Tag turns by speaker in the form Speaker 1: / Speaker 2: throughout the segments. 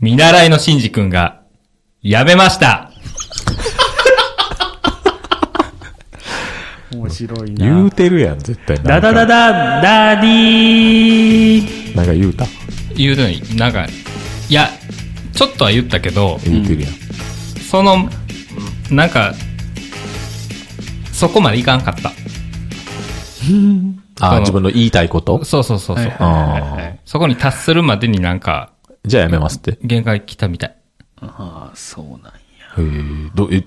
Speaker 1: 見習いのシンジ君が、やめました。
Speaker 2: 面白い
Speaker 3: 言
Speaker 2: な
Speaker 3: う。てるやん、絶対。
Speaker 2: ダダダ
Speaker 3: だ。
Speaker 2: ダンダディー
Speaker 3: なんか言うた。
Speaker 1: 言うのに、なんか、いや、ちょっとは言ったけど、
Speaker 3: 言うてるやん。
Speaker 1: その、なんか、そこまでいかんかった。
Speaker 3: あ
Speaker 1: そ
Speaker 3: あ、
Speaker 1: の
Speaker 3: 自分の言いたいこと
Speaker 1: そうそうそうそう、
Speaker 2: はい
Speaker 3: ああ。
Speaker 1: そこに達するまでになんか、
Speaker 3: じゃあやめますって。へ
Speaker 1: 限界来たみたい。
Speaker 2: ああ、そうなんや。
Speaker 3: え、ど、え、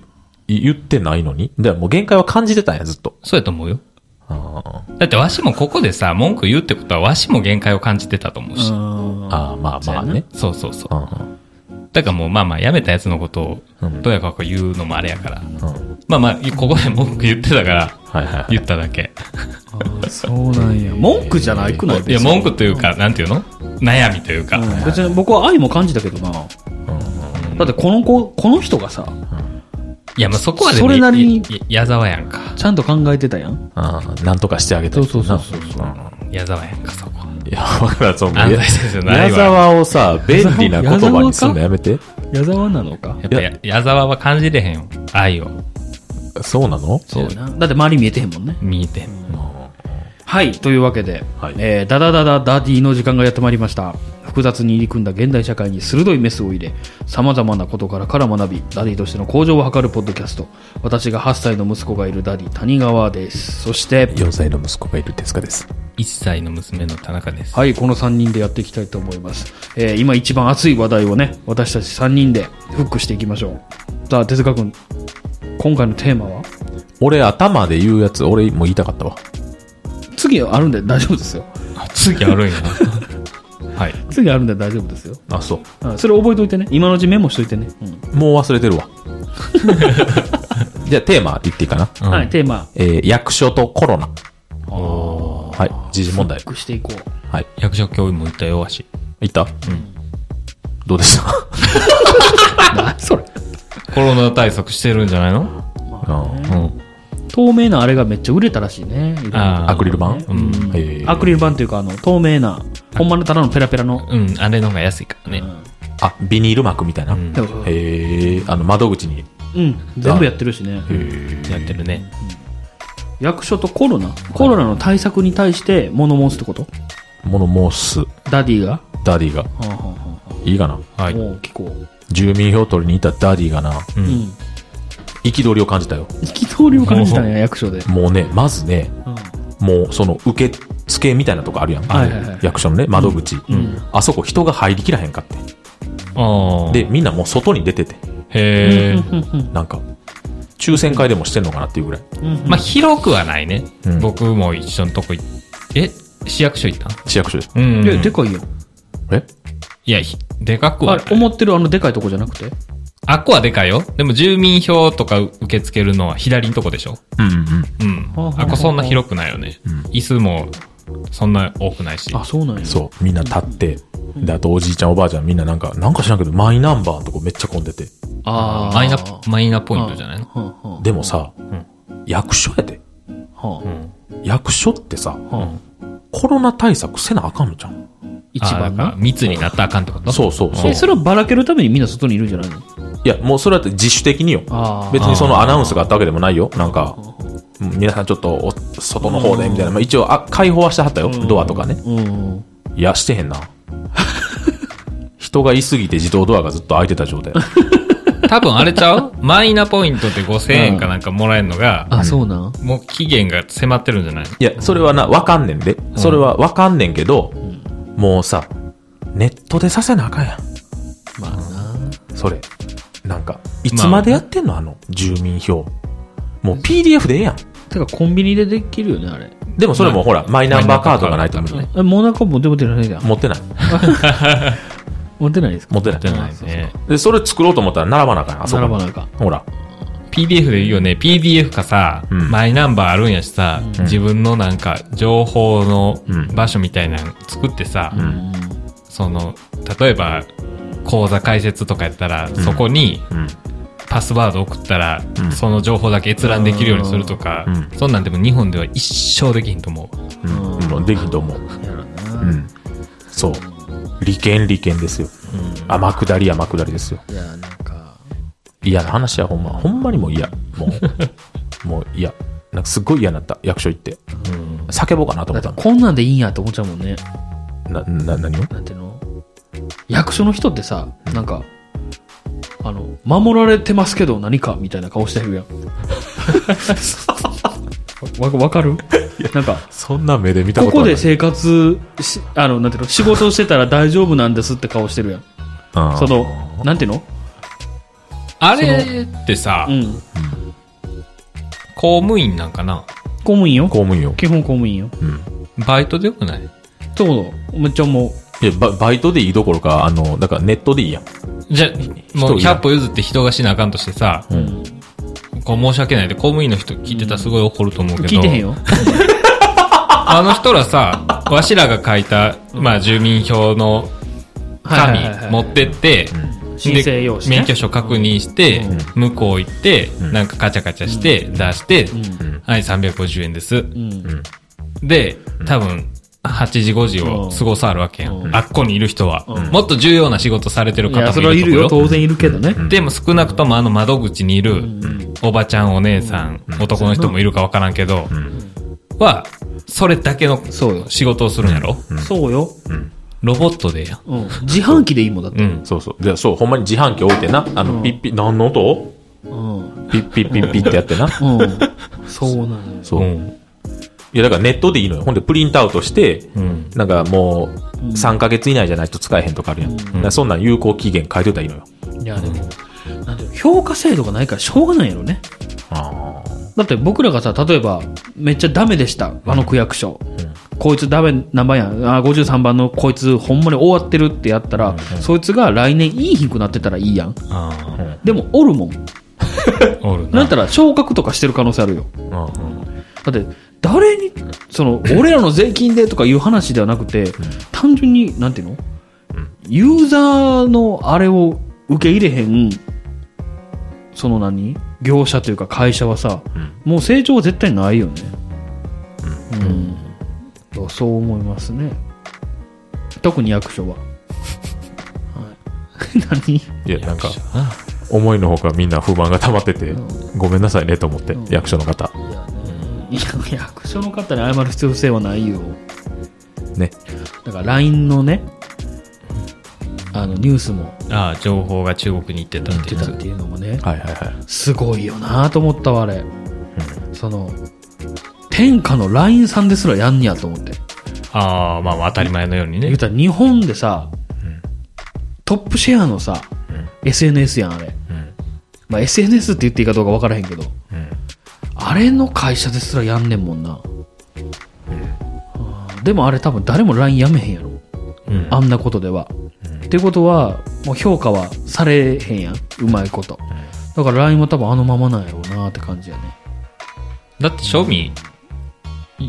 Speaker 3: 言ってないのにでもう限界は感じてたんや、ずっと。
Speaker 1: そうやと思うよ。
Speaker 3: ああ。
Speaker 1: だってわしもここでさ、文句言うってことはわしも限界を感じてたと思うし。
Speaker 3: ああ、まあまあね。
Speaker 1: そうそうそうう。
Speaker 3: んうん。
Speaker 1: だからもうまあまあ、やめたやつのこと
Speaker 3: う
Speaker 1: を
Speaker 3: ん、
Speaker 1: どうやかこう言うのもあれやから。
Speaker 3: うん
Speaker 1: まあまあ、ここで文句言ってたから、
Speaker 3: はいはいはい。
Speaker 1: 言っただけ。
Speaker 2: そうなんや。文句じゃないくない
Speaker 1: いや、文句というか、なんていうの悩みというか。
Speaker 2: うん別に僕は愛も感じたけどな。だってこの子、この人がさ、
Speaker 1: いや、まあそこはで
Speaker 2: それなりに
Speaker 1: いい矢沢やんか。
Speaker 2: ちゃんと考えてたやん。
Speaker 3: ああ、なんとかしてあげたいな。そうそうそうそう。
Speaker 1: 矢沢やんか、そこ。
Speaker 3: いや、わからん、その、
Speaker 1: 安
Speaker 3: や
Speaker 1: 西先生のないわ
Speaker 3: 矢沢をさ、便利な言葉にすんのやめて。
Speaker 2: 矢沢なのか
Speaker 1: やっぱや矢沢は感じれへんよ。愛を。
Speaker 3: そうなの
Speaker 2: そうやな。だって周り見えてへんもんね。
Speaker 1: 見えて。
Speaker 2: はい、というわけで、
Speaker 3: はい
Speaker 2: えーダダダダダディの時間がやってまいりました。複雑に入り組んだ現代社会に鋭いメスを入れ、様々な事柄から学び、ダディとしての向上を図るポッドキャスト。私が8歳の息子がいるダディ、谷川です。そして、
Speaker 3: 4歳の息子がいる手塚です。
Speaker 1: 1歳の娘の田中です。
Speaker 2: はい、この3人でやっていきたいと思います。えー今一番熱い話題をね、私たち3人でフックしていきましょう。さあ、手塚くん、今回のテーマは
Speaker 3: 俺、頭で言うやつ、俺もう言いたかったわ。
Speaker 2: 次あるんで大丈夫ですよ。
Speaker 1: あ次あ るんや。はい。
Speaker 2: 次あるんで大丈夫ですよ。
Speaker 3: あ、そう。
Speaker 2: うんそれ覚えといてね。今のうちメモしといてね。うん
Speaker 3: もう忘れてるわ。 じゃあ、テーマ言っていいかな。
Speaker 1: うん
Speaker 2: はい、テーマ、
Speaker 3: えー役所とコロナ。はい、時事問題
Speaker 2: チェッ。クしていこう。
Speaker 3: はい。
Speaker 1: 役所教員も言ったよ、わし。
Speaker 3: いったうん。どうでした
Speaker 2: それ。
Speaker 1: コロナ対策してるんじゃないの
Speaker 3: うん
Speaker 1: うん。
Speaker 2: 透明なあれがめっちゃ売れたらしいね。いろいろ
Speaker 1: あー
Speaker 3: アクリル板
Speaker 1: うん。
Speaker 3: えー
Speaker 2: アクリル板というか、あの、透明な、ほんまのただのペラペラの。
Speaker 1: うん、あれの方が安いからね。
Speaker 3: あ、ビニール膜みたいな。
Speaker 1: ん
Speaker 2: う
Speaker 3: へえ、あの、窓口に。
Speaker 2: ん、全部やってるしね。
Speaker 1: やってるね。
Speaker 2: 役所とコロナ。コロナの対策に対して物申すってこと
Speaker 3: 物申す、
Speaker 2: ダディが
Speaker 3: ダディが。
Speaker 2: はあはあはい
Speaker 3: いかな。
Speaker 1: は
Speaker 2: あ
Speaker 1: い。
Speaker 2: もう聞こう。
Speaker 3: 住民票取りに行ったダディがな、
Speaker 2: うん。
Speaker 3: 憤りを感じたよ。
Speaker 2: 憤りを感じたね、役所で。
Speaker 3: もうね、まずね、
Speaker 2: うん
Speaker 3: もうその受付みたいなとこあるやん。
Speaker 2: はいはいはい
Speaker 3: 役所のね、窓口、あそこ人が入りきらへんかって。
Speaker 1: ああ。
Speaker 3: で、、みんなもう外に出てて。
Speaker 1: へえ。
Speaker 3: なんか、抽選会でもしてんのかなっていうぐらい。
Speaker 1: まあ、広くはないね
Speaker 3: うん。
Speaker 1: 僕も一緒のとこ行っえ市役所行った
Speaker 3: 市役所で。
Speaker 1: うん
Speaker 2: いや、でかいよ。
Speaker 3: え
Speaker 1: いや、ひでかく
Speaker 2: あ
Speaker 1: は
Speaker 2: れ
Speaker 1: ない、。
Speaker 2: 思ってるあのでかいとこじゃなくて
Speaker 1: あっこはでかいよ。でも住民票とか受け付けるのは左のとこでしょ
Speaker 3: うんうんう
Speaker 1: う
Speaker 3: ん。
Speaker 1: ん
Speaker 2: はあはあは。あ
Speaker 1: あっこそんな広くないよね。椅子もそんな多くないし。
Speaker 2: あ、そうなんや。
Speaker 3: そう、みんな立って、で、あとおじいちゃんおばあちゃんみんななんか、なんか知らんけど、マイナンバーのとこめっちゃ混んでて。
Speaker 2: あー
Speaker 1: マイナ、マイナポイントじゃないの
Speaker 2: はあは
Speaker 3: でもさ、役所やで。
Speaker 2: あはあ
Speaker 3: 役所ってさ、
Speaker 2: は
Speaker 3: コロナ対策せなあかんのじゃん。
Speaker 2: 一番
Speaker 1: あ
Speaker 2: な。
Speaker 1: 密になったらあかんってこと
Speaker 3: そうそうそう
Speaker 2: え、。それはばらけるためにみんな外にいるんじゃないの
Speaker 3: いや、もうそれだって自主的によ
Speaker 2: あー。
Speaker 3: 別にそのアナウンスがあったわけでもないよ。なんか、うん皆さんちょっとお、外の方で、みたいな。まあ一応、あ、開放はしてはったよ。ドアとかね。
Speaker 2: うん。
Speaker 3: いや、してへんな。 人がいすぎて自動ドアがずっと開いてた状態。
Speaker 1: 多分あれちゃうマイナポイントで5000円かなんかもらえるのが、
Speaker 2: あ、そうなん
Speaker 1: もう期限が迫ってるんじゃないの
Speaker 3: いや、それはな、わかんねんで。それはわかんねんけど、もうさ、ネットでさせなあかんやん。
Speaker 2: まあな。
Speaker 3: それ。なんか、いつまでやってんのあの、住民票。もう PDF でええやん。
Speaker 2: てか、コンビニでできるよね、あれ。
Speaker 3: でもそれもほら、マイナンバーカードがないと無理ね。
Speaker 2: え、モナカ持って持ってないじゃん。
Speaker 3: 持ってない。
Speaker 2: 持ってないですか
Speaker 3: 持ってない
Speaker 1: じゃ。ないね。
Speaker 3: で、それ作ろうと思ったら並ばなあかんやん。あそこ
Speaker 2: 並ばなあかん。
Speaker 3: ほら。
Speaker 1: PDF でいいよね。PDF かさ、
Speaker 3: ん
Speaker 1: マイナンバーあるんやしさ、自分のなんか情報の
Speaker 3: うん
Speaker 1: 場所みたいなの作ってさ、
Speaker 3: ん
Speaker 1: その、例えば、口座開設とかやったら、そこに
Speaker 3: うん。
Speaker 1: パスワード送ったら、
Speaker 3: ん
Speaker 1: その情報だけ閲覧できるようにするとか、
Speaker 3: うん
Speaker 1: そんなんでも日本では一生できひんと思う。
Speaker 3: うん。うんできんと思う。
Speaker 2: やろな
Speaker 3: うん。そう。利権利権ですよ。天下り天下りですよ。
Speaker 2: いや、なんか、
Speaker 3: 嫌な話や、ほんま。ほんまにもう嫌。も う、もう嫌。なんかすっごい嫌になった。役所行って。叫ぼうかなと
Speaker 2: だ
Speaker 3: 思
Speaker 2: っ
Speaker 3: ってたも
Speaker 2: こんなんでいいんやと思っちゃうもんね。
Speaker 3: んな、な、何を
Speaker 2: なんていうの役所の人ってさ、なんか、あの、守られてますけど何かみたいな顔してるやん。 わ、わかるなんか、
Speaker 3: そんな目で見た
Speaker 2: こ
Speaker 3: こと
Speaker 2: こ
Speaker 3: ない。
Speaker 2: で生活し、あの、なんていうの仕事してたら大丈夫なんですって顔してるやん。
Speaker 3: うん
Speaker 2: その、なんていうの
Speaker 1: あれってさ、
Speaker 2: うん。
Speaker 1: 公務員なんかな
Speaker 2: 公務員よ。
Speaker 3: 公務員を。
Speaker 2: 基本公務員よ。
Speaker 3: うん。
Speaker 1: バイトでよくない
Speaker 2: そうだ。めっちゃ思う。
Speaker 3: いやバ、バイトでいいどころか、あの、だからネットでいいやん。
Speaker 1: じゃ、もう
Speaker 3: 人いない
Speaker 1: 100歩譲って人がしなあかんとしてさ、
Speaker 3: うん。
Speaker 1: こう申し訳ないで、公務員の人聞いてたらすごい怒ると思うけど、
Speaker 2: 聞いてへんよ。
Speaker 1: あの人らさ、わしらが書いた、まあ住民票の紙
Speaker 2: はいはいはいはい
Speaker 1: 持ってって、
Speaker 2: 申請用紙、ね。
Speaker 1: 免許証確認して、向こう行って、なんかカチャカチャして、出して、はい、350円です。
Speaker 2: うん。
Speaker 1: で、多分、8時5時を過ごさはるわけや。
Speaker 2: うん
Speaker 1: あっこにいる人は。もっと重要な仕事されてる
Speaker 2: いや、
Speaker 1: 方
Speaker 2: それ
Speaker 1: も
Speaker 2: はい
Speaker 1: い
Speaker 2: る
Speaker 1: る
Speaker 2: よ。
Speaker 1: とこ
Speaker 2: 当然いるけどね。
Speaker 1: よ。でも少なくともあの窓口にいる、おばちゃん、お姉さん、男の人もいるかわからんけど、は、それだけの
Speaker 2: そうよ
Speaker 1: 仕事をするんやろ
Speaker 2: そうよ。
Speaker 1: ロボットでええやん。
Speaker 2: うん。自販機でいいもんだって。
Speaker 1: うん。
Speaker 3: そうそう。で、そう、ほんまに自販機置いてな、あの、ピッピ、何の音
Speaker 2: うん。
Speaker 3: ピッピッピッピッってやってな。
Speaker 2: うん。 そうなのよ。
Speaker 3: そう。
Speaker 1: うん
Speaker 3: いや、だからネットでいいのよ。ほんで、プリントアウトして、
Speaker 1: ん
Speaker 3: なんかもう、3ヶ月以内じゃないと使えへんとかあるやん。だからそんなん有効期限書いといたらいいのよ。
Speaker 2: いや、でも、なんていうの評価制度がないからしょうがないやろね。
Speaker 3: あ
Speaker 2: だって僕らがさ、例えば、めっちゃダメでした。あの区役所。こいつダメ、何番やん。あ、53番のこいつほんまに終わってるってやったら、そいつが来年いい日くなってたらいいやん。
Speaker 1: あ
Speaker 2: でも、おるもん。
Speaker 1: ーおるな。
Speaker 2: なんたら昇格とかしてる可能性あるよ。
Speaker 3: あ。
Speaker 2: だって誰にその俺らの税金でとかいう話ではなくて単純になんていうのユーザーのあれを受け入れへんその何業者というか会社はさもう成長は絶対ないよねうん、そう思いますね特に役所は、はい、 何
Speaker 3: いや、なんか、思いのほかみんな不満が溜まってて、ごめんなさいねと思って、役所の方。
Speaker 2: いや役所の方に謝る必要性はないよ
Speaker 3: ね。
Speaker 2: だから LINE のね、あのニュースも
Speaker 1: ああ、情報が中国に行ってたって
Speaker 2: 出
Speaker 1: や
Speaker 2: た
Speaker 1: つ
Speaker 2: っ。ていうのもね、
Speaker 3: はいはいはい。
Speaker 2: すごいよなと思ったわ、あれ。その、天下の LINE さんですらやんにやと思って。
Speaker 1: ああ、まあ当たり前のように
Speaker 2: 言う
Speaker 1: ね。
Speaker 2: たら日本でさ、トップシェアのさ、SNS やん、あれ。まあ、SNS って言っていいかどうか分からへんけど、あれの会社ですらやんねんもんな。あーでもあれ多分誰も LINE やめへんやろ。
Speaker 1: うん。
Speaker 2: あんなことでは。ってことは、もう評価はされへんやん。うまいこと。だから LINE も多分あのままなんやろうなって感じやね。
Speaker 1: だって、庶民、い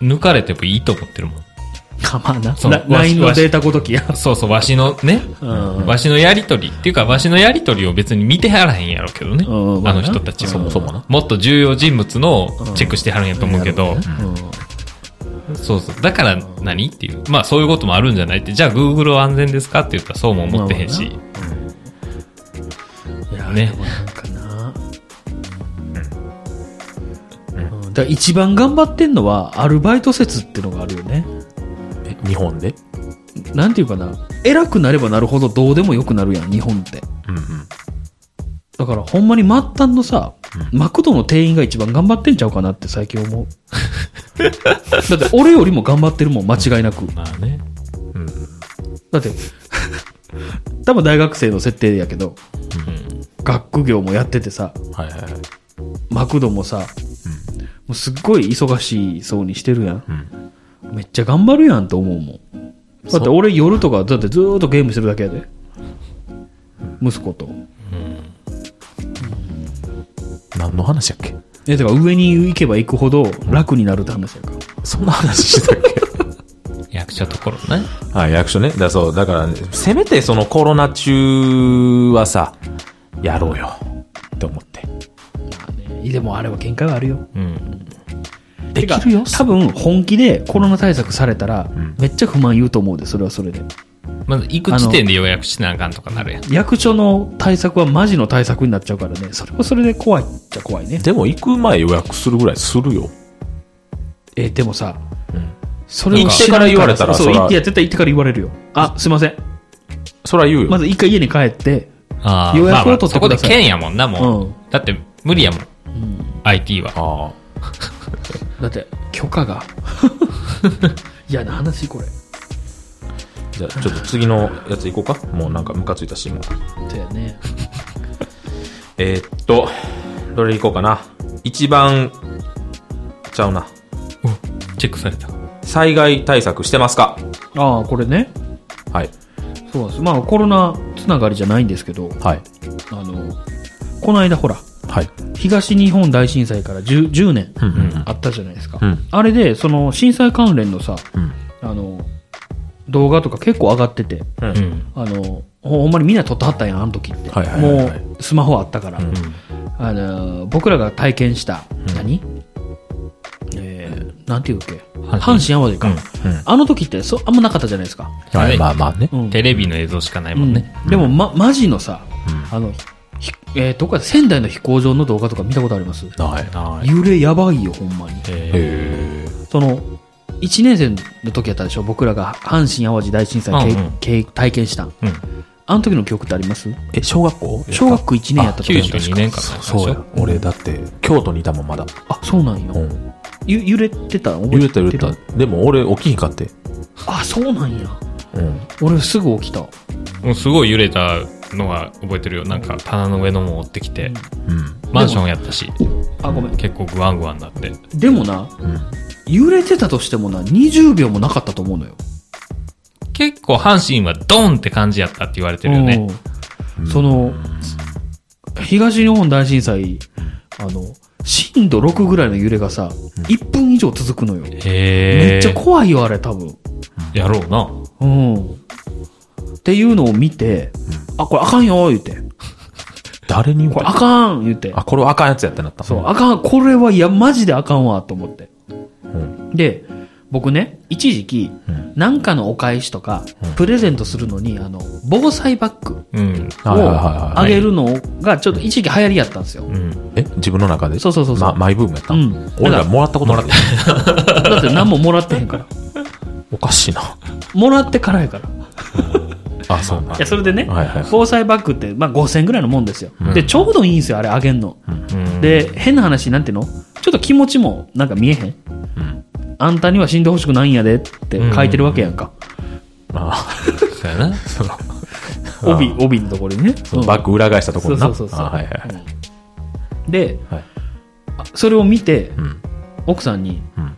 Speaker 1: 抜かれてもいいと思ってるもん。
Speaker 2: かまあ な。
Speaker 1: そう
Speaker 2: ラ
Speaker 1: わし
Speaker 2: LINE のデータごときや。
Speaker 1: そうそう、わしのね、
Speaker 2: うん
Speaker 1: わしのやりとり、っていうか、わしのやりとりを別に見てはらへんやろうけどね。
Speaker 2: うんまあ
Speaker 1: あ
Speaker 2: な
Speaker 1: の人たちは
Speaker 2: そもそも
Speaker 3: な。
Speaker 1: もっと重要人物のチェックしてはるんやと思うけど、そうそう。だから何っていう。まあそういうこともあるんじゃないって。じゃあ Google は安全ですかって言ったらそうも思ってへんし。
Speaker 2: いや、
Speaker 1: ね
Speaker 2: でもなんかな。うん、だから一番頑張ってんのは、アルバイト説ってのがあるよね。
Speaker 3: え日本で
Speaker 2: なんていうかな。偉くなればなるほどどうでもよくなるやん、日本って。
Speaker 3: うんうん。
Speaker 2: だからほんまに末端のさ、マクドの店員が一番頑張ってんちゃうかなって最近思う。 だって俺よりも頑張ってるもん、間違いなく。
Speaker 1: まあね。
Speaker 2: だって、多分大学生の設定やけど、学業もやっててさ、
Speaker 3: はいはいはい。
Speaker 2: マクドもさ、もうすっごい忙しそうにしてるやん。めっちゃ頑張るやんと思うもん。だって俺夜とか、だってずーっとゲームしてるだけやで。息子と。
Speaker 3: 何の話やっけ
Speaker 2: え、てか上に行けば行くほど楽になるって話やから。
Speaker 3: そんな話してたっ け
Speaker 1: 役所ところね。
Speaker 3: はい、役所ね。だそう、だから、せめてそのコロナ中はさ、やろうよ。って思って。
Speaker 2: でもあれは限界はあるよ。
Speaker 1: うん。
Speaker 3: できるよ。
Speaker 2: 多分本気でコロナ対策されたら、めっちゃ不満言うと思うで、それはそれで。
Speaker 1: まず行く時点で予約しなあかんとかなるやん。
Speaker 2: 役所の対策はマジの対策になっちゃうからね。それもそれで怖いっちゃ怖いね。
Speaker 3: でも行く前予約するぐらいするよ。
Speaker 2: え、でもさ、
Speaker 3: うん
Speaker 2: それを
Speaker 3: 行って
Speaker 2: 知ん
Speaker 3: から言われたら
Speaker 2: そう、
Speaker 3: そら
Speaker 2: 行って、いや、絶対行ってから言われるよ。あ、すいません。
Speaker 3: それは言うよ。
Speaker 2: まず一回家に帰って、
Speaker 1: ああ
Speaker 2: 予約を取って
Speaker 1: まあまあそこで
Speaker 2: ください
Speaker 1: 県やもんな、もう。
Speaker 2: うん
Speaker 1: だって無理やもん。IT は。
Speaker 3: ああ。
Speaker 2: だって、許可が。 嫌な話、これ。
Speaker 3: じゃあ、ちょっと次のやつ行こうか。もうなんかムカついたし、今。
Speaker 2: だよね。
Speaker 3: えーっと、どれ行こうかな。一番、ちゃうな。
Speaker 1: チェックされた。
Speaker 3: 災害対策してますか
Speaker 2: ああ、これね。
Speaker 3: はい。
Speaker 2: そうなんです。まあ、コロナつながりじゃないんですけど、
Speaker 3: はい。
Speaker 2: あの、この間ほら、
Speaker 3: はい。
Speaker 2: 東日本大震災から 10, 10年
Speaker 3: うんうんうん
Speaker 2: あったじゃないですか。
Speaker 3: うん
Speaker 2: あれで、その震災関連のさ、
Speaker 3: うん
Speaker 2: あの、動画とか結構上がってて、
Speaker 3: うん
Speaker 1: う
Speaker 3: うん
Speaker 1: ん。
Speaker 2: あの、ほほんまにみんな撮ってはったんやん、あの時って。
Speaker 3: はいはいはいはい
Speaker 2: もう、スマホあったから。
Speaker 3: ん
Speaker 2: あの、僕らが体験した、何えー、なんていうっけ阪神淡路か、
Speaker 3: うん
Speaker 2: あの時ってそ、あんまなかったじゃないですか。
Speaker 1: はい
Speaker 3: まあまあね。
Speaker 2: うん
Speaker 1: テレビの映像しかないもんね。
Speaker 2: うんでも、ま、マジのさ、あの、ひえーどっかで仙台の飛行場の動画とか見たことあります
Speaker 3: はい。
Speaker 1: はい。
Speaker 2: 幽霊やばいよ、ほんまに。
Speaker 3: へえ。
Speaker 2: その、1年生の時やったでしょ僕らが阪神淡路大震災
Speaker 1: うんうん
Speaker 2: 経、経体験した。
Speaker 1: うん。
Speaker 2: あの時の記憶ってあります
Speaker 3: え、小学校
Speaker 2: 小学1年やった時
Speaker 1: 92年かなんかでしょ
Speaker 3: そうや。俺、だって、京都にいたもん、まだ。
Speaker 2: あ、そうなんよ。
Speaker 3: うん。
Speaker 2: ゆ揺れてた覚
Speaker 3: 揺
Speaker 2: え
Speaker 3: れ
Speaker 2: て
Speaker 3: た
Speaker 2: る
Speaker 3: 揺れた。でも、俺、起きひんかって。
Speaker 2: あ、そうなんや。
Speaker 3: うん。
Speaker 2: 俺すぐ起きた。
Speaker 1: もうすごい揺れたのは覚えてるよ。なんか棚の上のもん追ってきて、
Speaker 3: うん。
Speaker 1: マンションやったし、
Speaker 2: あ、ごめん。
Speaker 1: 結構グワングワンになって。
Speaker 2: でもな、
Speaker 3: うん。
Speaker 2: 揺れてたとしてもな、20秒もなかったと思うのよ。
Speaker 1: 結構阪神はドンって感じやったって言われてるよね。
Speaker 2: うん。その、東日本大震災、あの、震度6ぐらいの揺れがさ、1分以上続くのよ。め
Speaker 1: へ
Speaker 2: っ
Speaker 1: え。
Speaker 2: ちゃ怖いよ、あれ、多分。
Speaker 1: やろうな。
Speaker 2: うん。っていうのを見て、あ、これあかんよ、言って。
Speaker 3: 誰に言う
Speaker 2: これ
Speaker 3: た
Speaker 2: あかん、言って。
Speaker 3: あ、これはあかんやつやってなった。
Speaker 2: そう、あかん、これは、いや、マジであかんわ、と思って。
Speaker 3: うん。
Speaker 2: で、僕ね、一時期、
Speaker 3: うん
Speaker 2: なんかのお返しとか、プレゼントするのに、あの、防災バッグ
Speaker 1: うん。
Speaker 3: はいはいはい
Speaker 2: を
Speaker 3: は
Speaker 2: あ
Speaker 3: い。
Speaker 2: げるのが、ちょっと一時期流行りやったんですよ。
Speaker 1: うん。
Speaker 3: え、自分の中で
Speaker 2: そうそうそうそう
Speaker 3: まマイブームやった。
Speaker 2: うん
Speaker 3: 俺らもらったことなかった。
Speaker 2: だって何ももらってへんから。
Speaker 3: おかしいな。
Speaker 2: もらってからやから。い
Speaker 3: あ、そうな。
Speaker 2: や、それでね、
Speaker 3: はいはい
Speaker 2: 防災バッグって、まあ、5000円ぐらいのもんですよ。で、ちょうどいいんですよ、あれあげんの。
Speaker 1: うん、
Speaker 2: で、変な話、なんていうのちょっと気持ちもなんか見えへん、あんたには死んでほしくないんやでって書いてるわけやんか。
Speaker 3: あ
Speaker 1: そうやな。
Speaker 3: うん
Speaker 2: 帯、帯のところにね。
Speaker 3: そうの
Speaker 2: ん
Speaker 3: バッグ裏返したところな。
Speaker 2: そうそうそうそう
Speaker 3: あはいはいはい。
Speaker 2: で、
Speaker 3: はい
Speaker 2: あそれを見て、
Speaker 3: ん
Speaker 2: 奥さんに、
Speaker 3: うん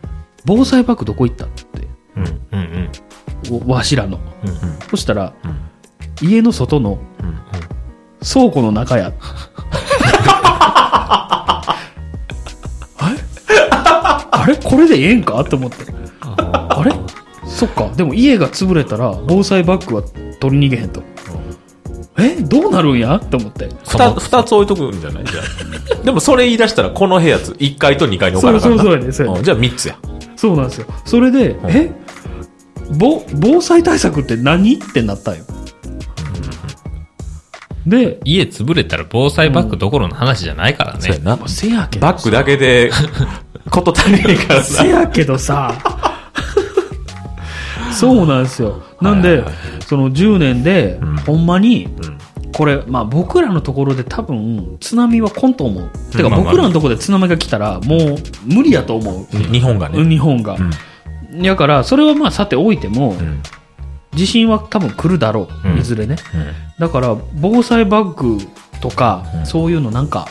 Speaker 2: 防災バッグどこ行ったって、
Speaker 1: うん。うん。
Speaker 2: おわしらの。
Speaker 1: うん。
Speaker 2: そしたら、家の外の、倉庫の中や。 あれあれこれでええんかと思って。あれそっか。でも家が潰れたら、防災バッグは取り逃げへんと。えどうなるんやと思って。
Speaker 3: 二つ二つ置いとくんじゃないじゃ あでもそれ言い出したら、この部屋つ、1階と2階に置か
Speaker 2: そ
Speaker 3: な
Speaker 2: う
Speaker 3: あかっ
Speaker 2: そう
Speaker 3: た。
Speaker 2: そうやね。そうやね
Speaker 3: うんじゃあ3つや。
Speaker 2: そうなんですよ。それで、えぼ防災対策って何ってなったんよ。で、
Speaker 1: 家潰れたら防災バッグどころの話じゃないから
Speaker 3: そうや
Speaker 1: ね。
Speaker 3: な。
Speaker 2: せやけど
Speaker 3: バッグだけ で、こと足りへんからさ
Speaker 2: せ。やけどさ、そうなんですよ。なん
Speaker 3: はい
Speaker 2: で
Speaker 3: はいは、
Speaker 2: その10年で、
Speaker 3: ん
Speaker 2: ほんまに、これ、まあ僕らのところで多分、津波は来んと思う。てか
Speaker 1: まあまあ
Speaker 2: 僕らのところで津波が来たら、もう無理やと思う。
Speaker 3: 日本がね。
Speaker 2: 日本が。だから、それはまあさておいても、
Speaker 3: うん
Speaker 2: 地震は多分来るだろ
Speaker 1: うん
Speaker 2: う。いずれね。
Speaker 3: うん
Speaker 2: だから防災バッグとか、そういうのなんか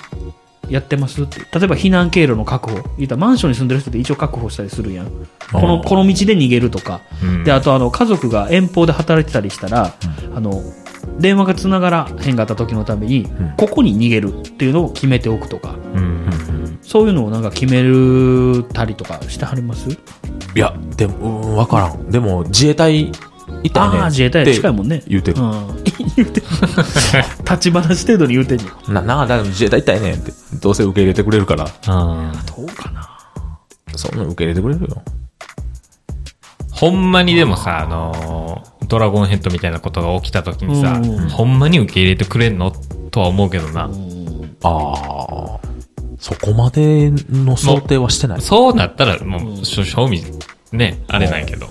Speaker 2: やってますって例えば避難経路の確保言ったらマンションに住んでる人って一応確保したりするやんこのこの道で逃げるとか、
Speaker 1: うん
Speaker 2: であとあの家族が遠方で働いてたりしたら、あの電話がつながらへんかった時のために、ここに逃げるっていうのを決めておくとか
Speaker 1: うん。
Speaker 2: そういうのをなんか決めるたりとかしてはります
Speaker 3: いや、でも、うんわからん。でも、自衛隊、いたよね。
Speaker 2: ああ自衛隊近いもんね
Speaker 3: って言うてる
Speaker 2: う。ん、 言うてんの立ち話程度に言うてんの
Speaker 3: な、なあ、だから自衛隊いたよねって。どうせ受け入れてくれるから、
Speaker 1: あ
Speaker 2: どうかな
Speaker 3: そんなの受け入れてくれるよ。
Speaker 1: ほんまにでもさ、あのードラゴンヘッドみたいなことが起きた時にさ、
Speaker 2: うん
Speaker 1: ほんまに受け入れてくれんのとは思うけどな、
Speaker 3: ああ、そこまでの想定はしてない。
Speaker 1: そうなったらも
Speaker 2: う
Speaker 1: うんしょ賞味ねあれないけど、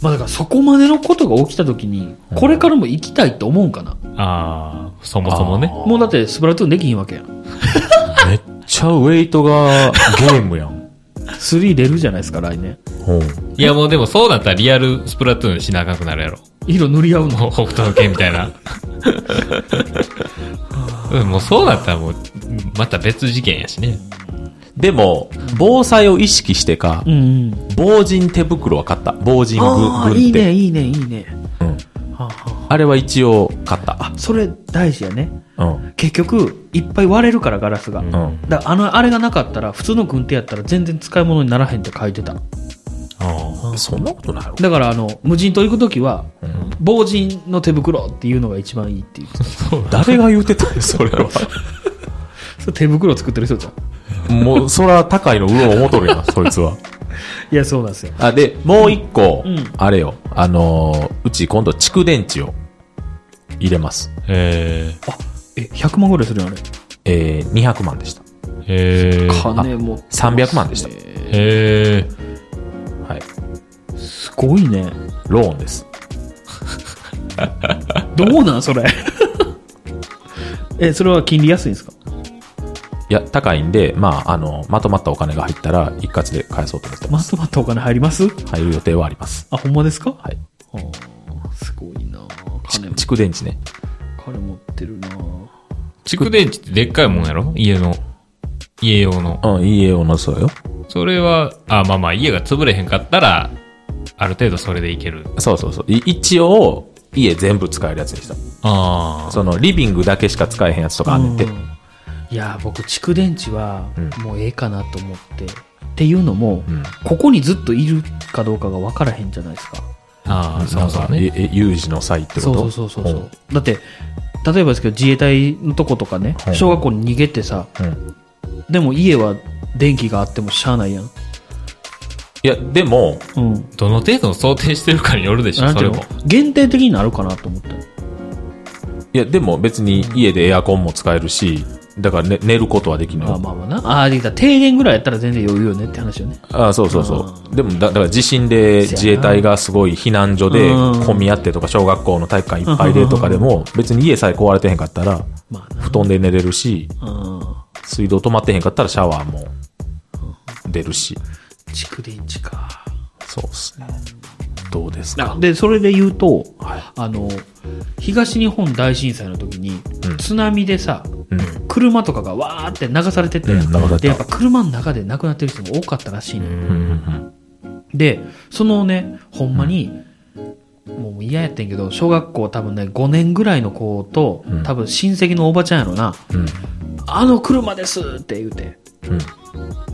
Speaker 2: まあだからそこまでのことが起きた時に、これからも行きたいって思うんかな。
Speaker 1: ああそもそもね
Speaker 3: あー
Speaker 2: もうだってスプラトゥーンできひんわけやん。
Speaker 3: めっちゃウェイトがゲームや ん。
Speaker 2: 3出るじゃないですか、来年。
Speaker 3: うん。
Speaker 1: いやもうでもそうなったらリアルスプラトゥーンしなあかんくなるやろ
Speaker 2: 色塗り合うの。
Speaker 1: もう北斗の拳みたい なうんもうそうなったらもうまた別事件やしね
Speaker 3: でも、防災を意識してか、
Speaker 2: ん、うん。
Speaker 3: 防塵手袋は買った。防塵
Speaker 2: あ
Speaker 3: 軍
Speaker 2: あ、
Speaker 3: 軍手。
Speaker 2: いいね、いいね、いいね。
Speaker 3: うん。
Speaker 2: はあは
Speaker 3: あれは一応買った。
Speaker 2: あ、それ大事やね。
Speaker 3: うん。
Speaker 2: 結局、いっぱい割れるから、ガラスが。
Speaker 1: うん
Speaker 3: うん。
Speaker 2: だからあの、あれがなかったら、普通の軍手やったら全然使い物にならへんって書いてた。
Speaker 3: ああ、そんなことないよ。
Speaker 2: だから、あの、無人島行くときは、
Speaker 3: うん
Speaker 2: 防塵の手袋っていうのが一番いいっていう。
Speaker 3: 誰が言うてたよ、それは。
Speaker 2: それ手袋作ってる人じゃん。
Speaker 3: もう、そら高いのうろう思とるや ん、そいつは。
Speaker 2: いや、そうなんですよ。
Speaker 3: あ、で、もう一個、
Speaker 2: うん
Speaker 3: あれよ、あのーうち今度蓄電池を入れます。
Speaker 1: へ
Speaker 2: え、100万ぐらいするよ、あれ。
Speaker 3: えー、200万でした。
Speaker 1: えへえ
Speaker 2: 金持ってますね
Speaker 3: 300万でした
Speaker 1: へえ
Speaker 3: はい。
Speaker 2: すごいね。
Speaker 3: ローンです。
Speaker 2: どうなん、それ。 え、それは金利安いんですか
Speaker 3: いや、高いんで、まあ、あの、まとまったお金が入ったら、一括で返そうと思ってま。
Speaker 2: ますとまったお金入ります
Speaker 3: 入る予定はあります。
Speaker 2: あ、ほんまですか
Speaker 3: はい。
Speaker 2: あーすごいな
Speaker 3: ち
Speaker 2: 金も
Speaker 3: 蓄電池ね。
Speaker 2: 金持ってるな
Speaker 1: 蓄電池ってでっかいもんやろ家の家用の
Speaker 3: うん、いい絵を載そうよ。
Speaker 1: それはあまあまあ家が潰れへんかったらある程度それでいける
Speaker 3: そうそうそう。い一応、家全部使えるやつにした。
Speaker 1: ああ
Speaker 3: その、リビングだけしか使えへんやつとかあんねんて。
Speaker 2: うんいやー僕蓄電池は
Speaker 3: うん
Speaker 2: もうええかなと思って、っていうのも、
Speaker 3: うん
Speaker 2: ここにずっといるかどうかが分からへんじゃないですか
Speaker 1: ああそ
Speaker 3: な
Speaker 1: うんそ
Speaker 3: か
Speaker 1: う、ね
Speaker 3: ええ有事の際ってこと
Speaker 2: そうそうそうそうそ
Speaker 3: ほ
Speaker 2: うだって例えばですけど自衛隊のとことかね
Speaker 3: うん
Speaker 2: 小学校に逃げてさ
Speaker 3: ううん。
Speaker 2: でも家は電気があってもしゃあないやん
Speaker 3: いや、でも、
Speaker 2: うん
Speaker 1: どの程度の想定してるかによるでしょ
Speaker 2: なん
Speaker 1: そ
Speaker 2: て
Speaker 1: れ
Speaker 2: いうの
Speaker 1: も
Speaker 2: 限定的になるかなと思って
Speaker 3: いや、でも別に家でエアコンも使えるし、だから、ね、寝ることはできる
Speaker 2: まあ
Speaker 3: よ。
Speaker 2: まあまあなああーできた停電ぐらいやったら全然余裕よねって話よね
Speaker 3: ああ、そうそうそう。でもだ、だから地震で自衛隊がすごい避難所で
Speaker 2: うん
Speaker 3: 混み合ってとか、小学校の体育館いっぱいでとかでも、別に家さえ壊れてへんかったら、
Speaker 2: まあな
Speaker 3: 布団で寝れるし、
Speaker 2: うん
Speaker 3: 水道止まってへんかったらシャワーも出るし。
Speaker 2: 蓄電池か。
Speaker 3: そうっすね。どうですか
Speaker 2: で、それで言うと、
Speaker 3: はい
Speaker 2: あの、東日本大震災の時に、
Speaker 3: うん
Speaker 2: 津波でさ、
Speaker 3: うん。
Speaker 2: 車とかがわーって流されてって、
Speaker 3: うん流された
Speaker 2: で、やっぱ車の中で亡くなってる人も多かったらしいの、
Speaker 3: うんうん
Speaker 2: で、そのね、ほんまに、もう嫌やってんけど、小学校多分ね、5年ぐらいの子と、
Speaker 3: うん
Speaker 2: 多分親戚のおばちゃんやろな、
Speaker 3: うん。
Speaker 2: あの車ですって言うて、
Speaker 3: うん。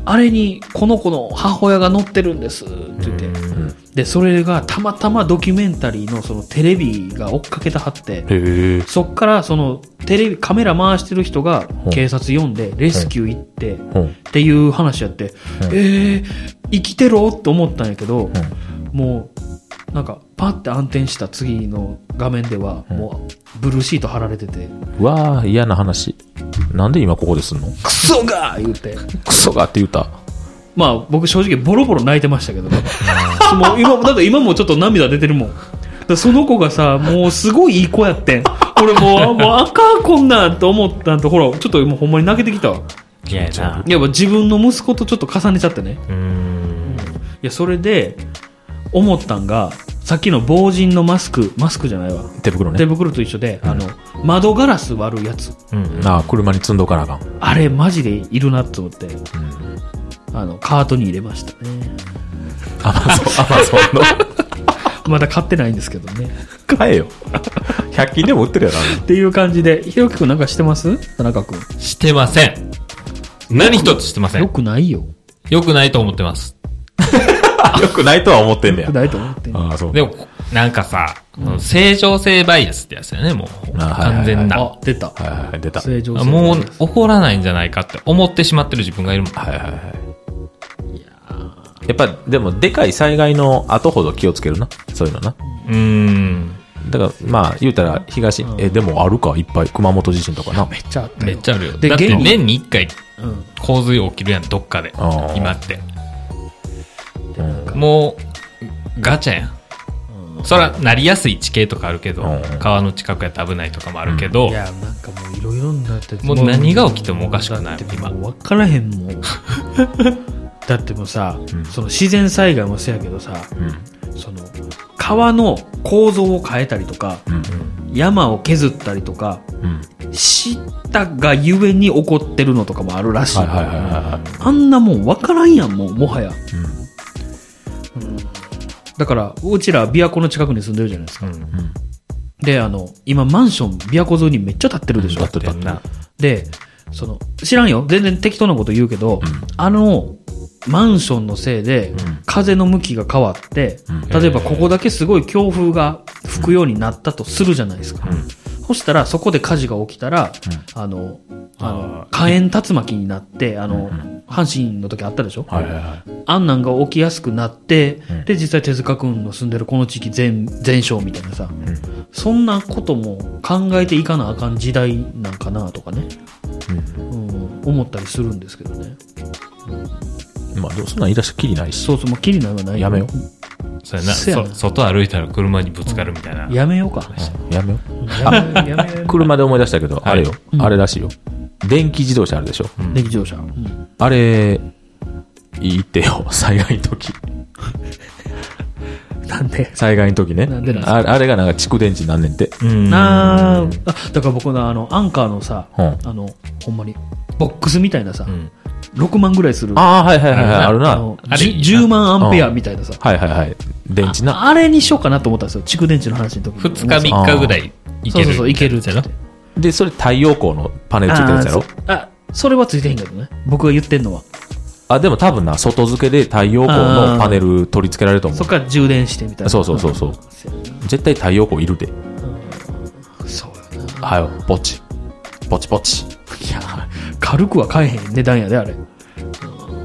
Speaker 2: あれにこの子の母親が乗ってるんですって言って、
Speaker 3: うん。
Speaker 2: でそれがたまたまドキュメンタリーのそのテレビが追っかけてはって
Speaker 3: へえ。
Speaker 2: そっからそのテレビカメラ回してる人が
Speaker 3: うん
Speaker 2: 警察呼んでレスキュー行ってっ
Speaker 3: うん。
Speaker 2: ていう話やっ
Speaker 3: う
Speaker 2: て、
Speaker 3: ん
Speaker 2: えー、生きてろって思ったんやけど、もうなんかパッて暗転した次の画面では
Speaker 3: うん
Speaker 2: もうブルーシート貼られてて
Speaker 3: うん。わあ、嫌な話。なんで今ここですんの
Speaker 2: 「クソが!」言うて
Speaker 3: クソがって言った。
Speaker 2: まあ僕正直ボロボロ泣いてましたけどね もう今だって今もちょっと涙出てるもんだからその子がさもうすごいいい子やってん俺もうあもうあかんこんなんと思ったんとほらちょっともうほんまに泣けてきたわ
Speaker 1: いやな
Speaker 2: やっぱ自分の息子とちょっと重ねちゃってね
Speaker 1: うーん
Speaker 2: いやそれで思ったんがさっきの防塵のマスクマスクじゃないわ
Speaker 3: 手袋ね
Speaker 2: 手。袋と一緒で、あの窓ガラス割るやつ
Speaker 1: うん
Speaker 3: なあ、車に積んどかなあかん。
Speaker 2: あれマジでいるなと思ってあのカートに入れましたね
Speaker 3: アマゾン、アマゾン
Speaker 2: まだ買ってないんですけどね
Speaker 3: の。 買えよ。100均でも売ってるやろ、
Speaker 2: っていう感じで、ひろきくんなんかしてます田中くん。
Speaker 1: してません何一つしてませ
Speaker 2: よ
Speaker 1: ん
Speaker 2: くないよ。
Speaker 1: よくないと思ってます
Speaker 3: あ よくないとは思ってんね
Speaker 2: よ
Speaker 3: や
Speaker 2: く。ないと思ってん
Speaker 3: ああ、そう。
Speaker 1: でもなんかさ正常性バイアスってやつだよねもう
Speaker 3: あはいはいはい
Speaker 1: 完全な
Speaker 2: あ、出た。
Speaker 3: はいはいはい、出た。はい
Speaker 2: 正常性。
Speaker 1: もう怒らないんじゃないかって思ってしまってる自分がいるもん
Speaker 3: はいはい。やっぱ、でも、でかい災害の後ほど気をつけるな。そういうのな。
Speaker 1: うーん
Speaker 3: だから、まあ、言うたら、東、え、でもあるか、いっぱい。熊本地震とかな。
Speaker 2: めっちゃあった
Speaker 1: め
Speaker 2: よ
Speaker 1: っちゃあるよ。
Speaker 2: で
Speaker 1: だって
Speaker 2: 現に
Speaker 1: 年に1回
Speaker 2: うん
Speaker 1: 洪水起きるやん、どっかで
Speaker 3: あ。ー
Speaker 1: 今って。
Speaker 3: うん
Speaker 1: もう、ガチャやん。そら、なりやすい地形とかあるけど
Speaker 3: うん、
Speaker 1: 川の近くやったら危ないとかもあるけど
Speaker 2: い、やなんかもういろいろになってて
Speaker 1: もう何が起きてもおかしくない
Speaker 2: だって
Speaker 1: 今
Speaker 2: もう分からへんもん だってもうさ、
Speaker 3: うん
Speaker 2: その自然災害もせやけどさ
Speaker 3: うん
Speaker 2: その川の構造を変えたりとか
Speaker 3: うん
Speaker 2: 山を削ったりとか
Speaker 3: うん
Speaker 2: 知ったがゆえに起こってるのとかもあるらしい,、
Speaker 3: はいはいはいは
Speaker 2: あんなもん分からんやんもうもはや
Speaker 3: い。うん
Speaker 2: だからうちら琵琶湖の近くに住んでるじゃないですか
Speaker 1: うん。
Speaker 3: うん
Speaker 2: であの今マンション琵琶湖沿いにめっちゃ建ってるでしょ、
Speaker 3: 立っ
Speaker 1: で
Speaker 3: てた
Speaker 1: んな。
Speaker 2: で、その、知らんよ。全然適当なこと言うけど、あの、マンションのせいで、風の向きが変わって、
Speaker 3: うん
Speaker 2: 例えばここだけすごい強風が吹くようになったとするじゃないですか。そしたら、そこで火事が起きたら、あの、あの火炎竜巻になって、あの、阪神の時あったでしょ
Speaker 3: はいはいは
Speaker 2: あんなんが起きやすくなって、
Speaker 3: うん
Speaker 2: で、実際手塚くんの住んでるこの地域全、全焼みたいなさ、そんなことも考えていかなあかん時代なんかなとかね、うん、思ったりするんですけどね。
Speaker 3: い。まあ、でもそんなん言い出したきりないし。
Speaker 2: そうそう、もうキリないはない。
Speaker 3: やめよ
Speaker 1: そうやな。
Speaker 2: せやな
Speaker 1: そ外歩いたら車にぶつかるみたいな。
Speaker 2: やめようか。
Speaker 3: うんやめよう。
Speaker 2: やめよう、やめよう。
Speaker 3: 車で思い出したけど、あれよ、
Speaker 2: うん
Speaker 3: あれらしいよ。電気自動車あるでしょ。
Speaker 2: 電気自動車。うん
Speaker 3: あれ、言ってよ、 災害の時。
Speaker 2: なんで
Speaker 3: 災害の時ね。
Speaker 2: なんでなんです
Speaker 3: ああれがなんか蓄電池になんねんて。
Speaker 1: うん
Speaker 2: なあ、あだから僕のあの、アンカーのさ、
Speaker 3: うん
Speaker 2: あの、ほんまに、ボックスみたいなさ、
Speaker 1: ん
Speaker 2: 6万ぐらいする、
Speaker 3: ああ、はいはいはいはい、あるな。
Speaker 2: あ
Speaker 3: は
Speaker 2: の
Speaker 1: あれいいな
Speaker 2: 10 10万アンペアみたいなさ、
Speaker 3: いはいはい。電池な。
Speaker 2: あれにしようかなと思ったんですよ。蓄電池の話の時に。
Speaker 1: 2日3日ぐらいい
Speaker 2: そ
Speaker 1: ける。
Speaker 2: うそうそう、いけるってな。
Speaker 3: で、それ太陽光のパネルついてるやつやろ
Speaker 2: あーそうあ、それはついてへんけどね。僕が言ってんのは。
Speaker 3: あ、でも多分な、外付けで太陽光のパネル取り付けられると思
Speaker 2: そっから充電してみたいな。
Speaker 3: う。そうそうそうそう。
Speaker 2: そうや
Speaker 3: 絶対太陽光いるで。
Speaker 2: な。そうやな。
Speaker 3: はよ、ポチ。ポチポチ。
Speaker 2: いや、軽くは買えへん値段やで、あれ。い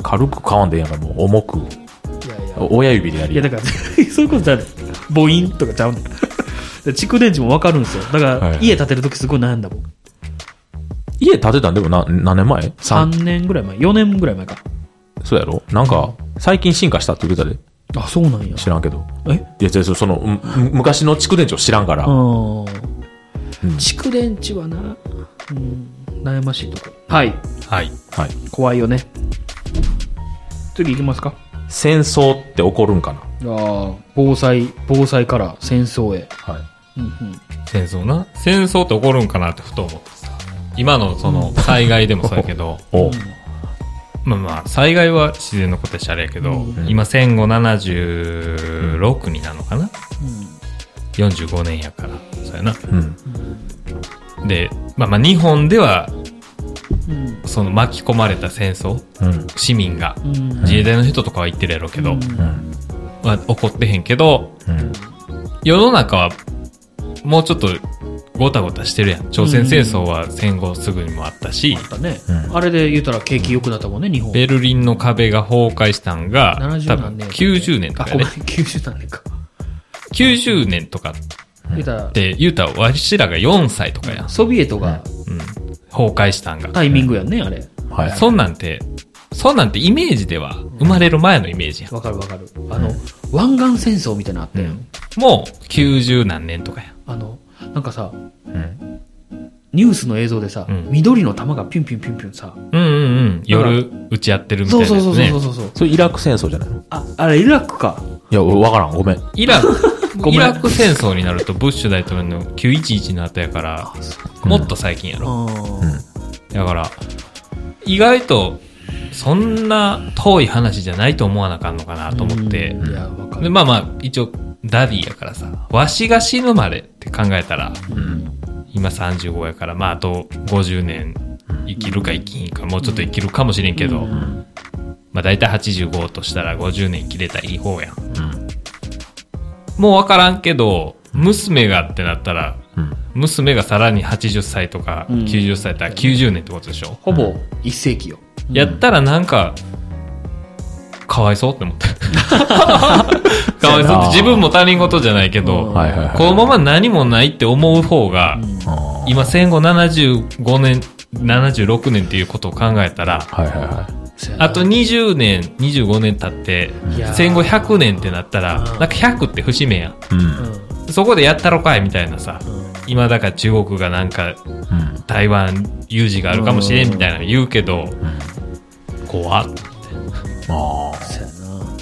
Speaker 3: 軽く買わんでええやんか、もう重く。
Speaker 2: やいや。
Speaker 3: お親指でやり
Speaker 2: いや、だから、 そういうことじゃない。母音とかちゃうねん。で蓄電池もわかるんですよ。だから、
Speaker 3: はい
Speaker 2: 家建てるときすごい悩んだもん。
Speaker 3: 家建てたんでもな何年前
Speaker 2: 3
Speaker 3: ?3。
Speaker 2: 年ぐらい前、4年ぐらい前か。
Speaker 3: そうやろなんか、最近進化したって言ってたで。
Speaker 2: あ、そうなんや。
Speaker 3: 知らんけど。
Speaker 2: え
Speaker 3: いや、じゃあその、むむ昔の蓄電池を知らんから。
Speaker 2: うん
Speaker 3: うん
Speaker 2: 蓄電池はな、うん、悩ましいとこはい
Speaker 1: はい。
Speaker 3: はい。
Speaker 2: 怖いよね次いきますか
Speaker 3: 戦争って起こるんかな
Speaker 2: あ防災防災から戦争へ、
Speaker 3: はい。
Speaker 2: うんうん、
Speaker 1: 戦争な。戦争って起こるんかなってふと思ってさ。今のその災害でもそうやけど、
Speaker 3: おう。
Speaker 1: まあまあ、災害は自然のことやしあれやけど、
Speaker 2: うん
Speaker 1: 今戦後76になるのかな ?45 年やから。そうやな。
Speaker 3: うん。
Speaker 1: で、まあまあ日本では、
Speaker 2: うん
Speaker 1: その巻き込まれた戦争、
Speaker 3: うん。
Speaker 1: 市民が、
Speaker 2: うん
Speaker 1: 自衛隊の人とかは言ってるやろうけど、
Speaker 3: うん。
Speaker 1: まあ怒ってへんけど、
Speaker 3: うん。
Speaker 1: 世の中はもうちょっとごたごたしてるやん。朝鮮戦争は戦後すぐにもあったし、
Speaker 2: だね、
Speaker 3: うん
Speaker 2: あれで言ったら景気良くなったもんね日本
Speaker 1: ベルリンの壁が崩壊したんが、多
Speaker 2: 70
Speaker 1: 分
Speaker 2: 何年
Speaker 1: 90年と
Speaker 2: あ
Speaker 1: か
Speaker 2: ご
Speaker 1: や
Speaker 2: め
Speaker 1: ね
Speaker 2: ん。90何年か
Speaker 1: 90年とかっ
Speaker 2: 言ったら
Speaker 1: て言うたらわしらが4歳とかやん。
Speaker 2: ソビエトが
Speaker 1: うん。崩壊したんが。
Speaker 2: タイミングやんねあれ
Speaker 3: はい。
Speaker 1: そんなんて、そんなんてイメージでは生まれる前のイメージやん。
Speaker 2: わかるわかるあの湾岸戦争みたいなのあったやん、
Speaker 1: もう90何年とかやん。
Speaker 2: あのなんかさ
Speaker 3: うん。
Speaker 2: ニュースの映像でさ、
Speaker 1: うん
Speaker 2: 緑の玉がピュンピュンピュンピュンさ、
Speaker 1: うんうんうん。夜打ち合ってるみたい
Speaker 2: そう
Speaker 1: な
Speaker 2: そうそう
Speaker 1: やつ
Speaker 2: そう
Speaker 1: ね。
Speaker 2: そうそう、
Speaker 3: それイラク戦争じゃないの
Speaker 2: ああれイラクか
Speaker 3: いや、わからん。ごめん。
Speaker 1: イラク
Speaker 2: ご、めん
Speaker 1: イラク戦争になるとブッシュ大統領の911の後やから、もっと最近やろ。
Speaker 2: う
Speaker 1: だから、意外と、そんな遠い話じゃないと思わなあかんのかなと思って。
Speaker 2: いやわか
Speaker 1: で
Speaker 2: る
Speaker 1: まあまあ、一応、ダディやからさ、わしが死ぬまでって考えたら、今35やから、まああと50年生きるか生きひんか、もうちょっと生きるかもしれんけど、まあ大体85としたら50年切れたらいい方やん。もうわからんけど、娘がってなったら、
Speaker 3: うん。
Speaker 1: 娘がさらに80歳とか90歳やったら90年ってことでしょ、
Speaker 2: ほぼ一世紀よ
Speaker 1: やったらなんか、かわいそうって思ってかわいそうって自分も他人事じゃないけど、
Speaker 3: はいはいはい
Speaker 1: このまま何もないって思う方が、
Speaker 3: あー
Speaker 1: 今戦後75年76年っていうことを考えたら
Speaker 3: はいはいはい
Speaker 1: あと20年25年経って
Speaker 2: いやー
Speaker 1: 戦後100年ってなったら
Speaker 2: うん
Speaker 1: なんか100って節目やん
Speaker 3: うん
Speaker 2: うん
Speaker 1: そこでやったろかいみたいなさ
Speaker 2: うん
Speaker 1: 今だから中国がなんか
Speaker 3: うん
Speaker 1: 台湾有事があるかもしれんみたいなの言うけど
Speaker 3: うん
Speaker 1: 怖っ
Speaker 3: あー
Speaker 2: そうやな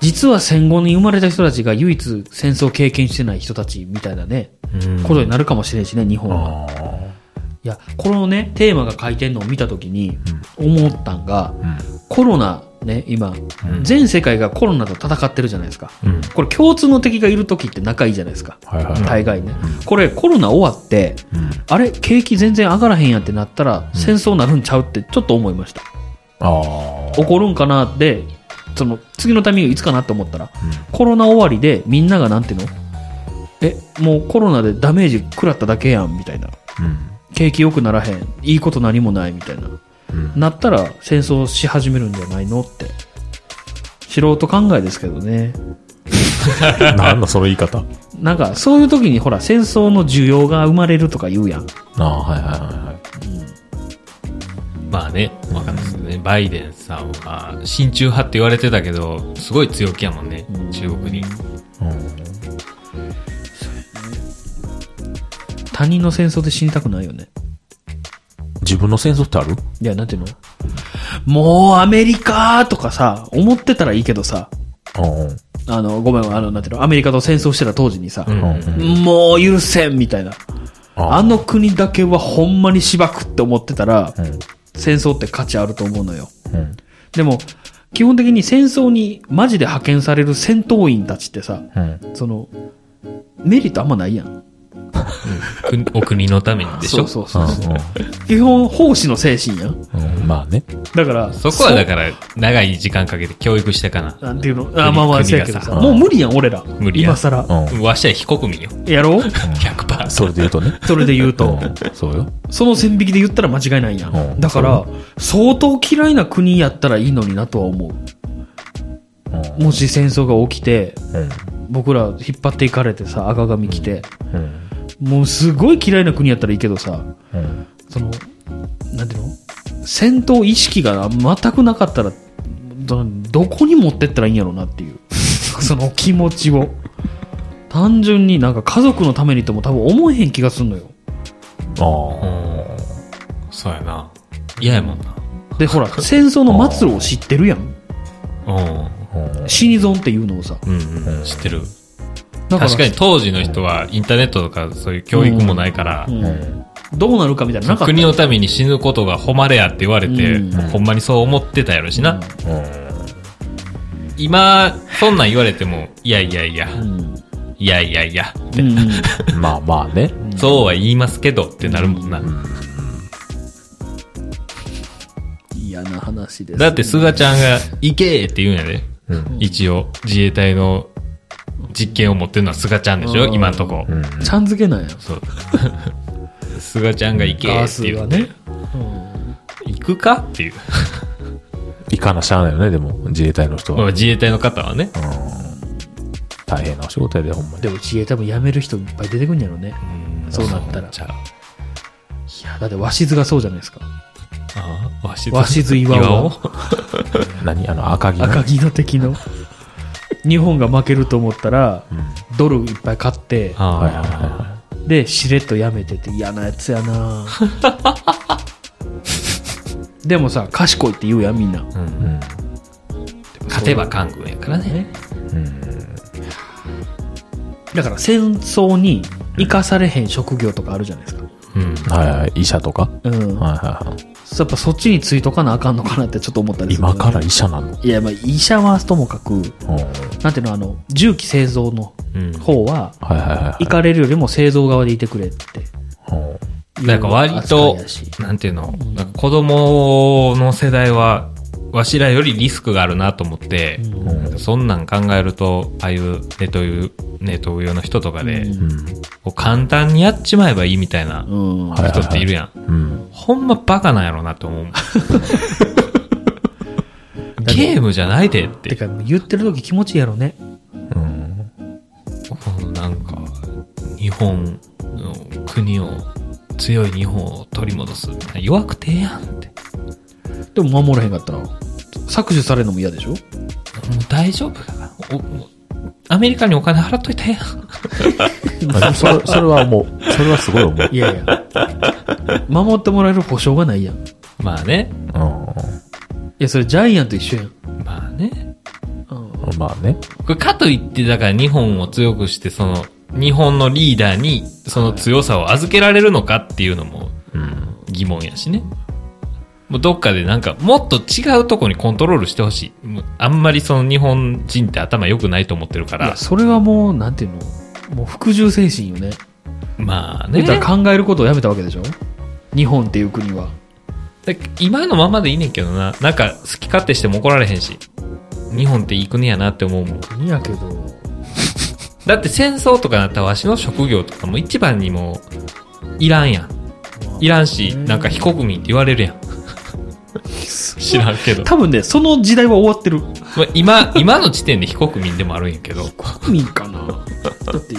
Speaker 2: 実は戦後に生まれた人たちが唯一戦争を経験してない人たちみたいなね、
Speaker 1: うん
Speaker 2: ことになるかもしれんしね、日本は。
Speaker 3: あー
Speaker 2: いや、このね、テーマが書いてんのを見たときに思ったんが、
Speaker 3: うん
Speaker 2: コロナね、今、
Speaker 3: ん
Speaker 2: 全世界がコロナと戦ってるじゃないですか。
Speaker 1: うん
Speaker 2: これ共通の敵がいるときって仲いいじゃないですか。
Speaker 3: はいはいはい
Speaker 2: 大概ね。これコロナ終わって、
Speaker 3: うん
Speaker 2: あれ、景気全然上がらへんやんってなったら、戦争なるんちゃうってちょっと思いました。
Speaker 3: あー
Speaker 2: 起こるんかなって、その次のタイミングいつかなと思ったら、
Speaker 3: うん
Speaker 2: コロナ終わりでみんながなんていうのえ、もうコロナでダメージ食らっただけやんみたいな。景気良くならへん。いいこと何もないみたいな。
Speaker 3: うん
Speaker 2: なったら戦争し始めるんじゃないのって。素人考えですけどね。
Speaker 3: うんなんだその言い方
Speaker 2: なんかそういう時にほら戦争の需要が生まれるとか言うやん。
Speaker 3: ああはいはいはいはい
Speaker 1: まあねわかんないですよねバイデンさんは親中派って言われてたけどすごい強気やもんね中国に
Speaker 3: うん
Speaker 2: 他人の戦争で死にたくないよね。
Speaker 3: 自分の戦争ってある
Speaker 2: いや、なんていうのもうアメリカとかさ、思ってたらいいけどさ、
Speaker 3: うん
Speaker 2: あの、ごめん、あの、なんていうの、アメリカと戦争してた当時にさ、
Speaker 1: うん
Speaker 3: うんうん
Speaker 2: もう許せんみたいな。
Speaker 3: あ
Speaker 2: あの国だけはほんまにしばくって思ってたら、
Speaker 3: うん
Speaker 2: 戦争って価値あると思うのよ。
Speaker 3: うん
Speaker 2: でも、基本的に戦争にマジで派遣される戦闘員たちってさ、
Speaker 3: うん
Speaker 2: その、メリットあんまないやん。
Speaker 1: 国 お国のためにでしょ
Speaker 2: そうそう
Speaker 3: う
Speaker 2: そうそう。基本、奉仕の精神やん。
Speaker 3: んうんまあね
Speaker 2: だから、
Speaker 1: そこはだから長い時間かけて教育してかな
Speaker 2: なんていうのあ、まあまあ、
Speaker 1: 国
Speaker 2: せ
Speaker 1: が
Speaker 2: や
Speaker 1: さ
Speaker 2: けどさ。
Speaker 3: うん
Speaker 2: もう無理やん、俺ら。
Speaker 1: 無理やん
Speaker 2: 今
Speaker 3: う
Speaker 2: 更。
Speaker 3: ん
Speaker 1: わしは非国民よ
Speaker 2: やろう
Speaker 1: 100%
Speaker 3: それで言うとね
Speaker 2: それで言うと。
Speaker 3: うんそうよ
Speaker 2: その線引きで言ったら間違いないや
Speaker 3: うん
Speaker 2: ん。だから、相当嫌いな国やったらいいのになとは思う。
Speaker 3: うん
Speaker 2: もし戦争が起きて、
Speaker 3: うん
Speaker 2: 僕ら引っ張っていかれてさ、赤髪着て、
Speaker 3: うん
Speaker 2: もうすごい嫌いな国やったらいいけどさ、
Speaker 3: うん
Speaker 2: その、なんていうの戦闘意識が全くなかったら、どどこに持ってったらいいんやろうなっていう。 その気持ちを。単純になんか家族のためにとも多分思えへん気がすんのよ。
Speaker 3: あ
Speaker 1: う
Speaker 3: あ
Speaker 1: んそうやな嫌やもんな
Speaker 2: で、ほら、 戦争の末路を知ってるやん。
Speaker 1: う
Speaker 3: うん
Speaker 2: 死に損っていうのをさ。
Speaker 1: んうんうん知ってる
Speaker 2: だら
Speaker 1: 確かに当時の人はインターネットとかそういう教育もないから、
Speaker 2: うんどうなるかみたいな、なかった
Speaker 1: 国のために死ぬことが誉れやって言われて、
Speaker 2: うん
Speaker 1: もうほんまにそう思ってたやろしな、
Speaker 3: うん
Speaker 1: 今そんなん言われてもいやいやいや、
Speaker 2: うん
Speaker 1: いやいやいや、
Speaker 2: うん
Speaker 3: まあまあね
Speaker 1: そうは言いますけどってなるもんな、
Speaker 2: 嫌な話です。
Speaker 1: だって菅ちゃんが「行け!」って言うんやで、
Speaker 3: うん
Speaker 1: 一応自衛隊の実権を持ってるのは菅ちゃんでしょ、
Speaker 2: うん
Speaker 1: 今んとこ、
Speaker 3: うん
Speaker 2: ちゃんづけなんや。
Speaker 1: そう 菅ちゃんが行け
Speaker 2: ガー
Speaker 1: って
Speaker 2: ス
Speaker 1: 言
Speaker 2: が
Speaker 1: う、
Speaker 2: ね。
Speaker 1: 行くかっていう
Speaker 3: 行かなしゃあないよねでも自衛隊の人
Speaker 1: まあ
Speaker 3: は
Speaker 1: 自衛隊の方はね、
Speaker 3: 大変なお仕事やでほんまに
Speaker 2: でも、ちげえ多分辞める人いっぱい出てくんやろね。そうなったら
Speaker 1: じゃあ
Speaker 2: いや、だって、鷲津がそうじゃないですか。
Speaker 1: ああ、わし
Speaker 2: 鷲津岩尾
Speaker 3: 何あの赤木の
Speaker 2: 赤城の敵の。日本が負けると思ったら、ドルいっぱい買って、
Speaker 1: あ
Speaker 3: はいはいはいはい
Speaker 2: で、しれっとやめてって嫌なやつやなでもさ、賢いって言うやん、みんな。
Speaker 3: うん
Speaker 1: 勝てば韓軍やからね。
Speaker 2: だから戦争に生かされへん職業とかあるじゃないですか。
Speaker 1: うん。
Speaker 3: はいはい医者とか
Speaker 2: うん。
Speaker 3: はいはいはい
Speaker 2: やっぱそっちについとかなあかんのかなってちょっと思ったりする
Speaker 3: 今から医者なの
Speaker 2: いや、まあ、医者はともかく、
Speaker 3: うんはい
Speaker 2: なんていうの、あの、銃器製造の
Speaker 1: うん
Speaker 2: 方は、
Speaker 3: はいはい
Speaker 2: 行かれるよりも製造側でいてくれって。
Speaker 3: うん
Speaker 1: なんか割と
Speaker 2: 扱いやし、
Speaker 1: なんていうの、なんか子供の世代は、わしらよりリスクがあるなと思って、なんかそんなん考えると、ああいうネトウ、ネトウヨの人とかで、こう簡単にやっちまえばいいみたいな
Speaker 2: うん。
Speaker 3: い
Speaker 1: 人っているやん。
Speaker 3: うん
Speaker 1: ほんまバカなんやろなと思う。ゲームじゃないでってて。
Speaker 2: か、言ってる時気持ちいいやろね。
Speaker 3: うん。
Speaker 1: このなんか、日本の国を、強い日本を取り戻す。弱くてええやんって。
Speaker 2: でも守らへんかったら、搾取されるのも嫌でしょ
Speaker 1: もう大丈夫だから。おもうアメリカにお金払っといたらええやん。
Speaker 3: あでもそれそれは思う。それはすごい思う。
Speaker 2: いやいや。 守ってもらえる保証がないやん。い
Speaker 1: まあね。
Speaker 3: う
Speaker 2: や、それジャイアンと一緒やん。
Speaker 1: まあね。
Speaker 2: うん
Speaker 3: ん。まあね。
Speaker 1: これかといって、だから日本を強くして、その、日本のリーダーに、その強さを預けられるのかっていうのも
Speaker 3: うん。
Speaker 1: 疑問やしね。もうどっかでなんか、もっと違うとこにコントロールしてほしい。もうあんまりその日本人って頭良くないと思ってるか
Speaker 2: い
Speaker 1: ら
Speaker 2: や、。それはもう、なんていうのもう服従精神よね。
Speaker 1: まあね
Speaker 2: 言。ったら考えることをやめたわけでしょ日本っていう国は。
Speaker 1: だ今のままでいいねんけどな。なんか、好き勝手しても怒られへんし。日本っていい国やなって思うもん。
Speaker 2: 国やけど、
Speaker 1: だって戦争とかなったらわしの職業とかも一番にもういらんやん。いらんし、なんか非国民って言われるやん。知らんけど。
Speaker 2: 多分ね、その時代は終わってる。
Speaker 1: まあ今、今の時点で非国民でもあるんやけど。
Speaker 2: 国民か なだって、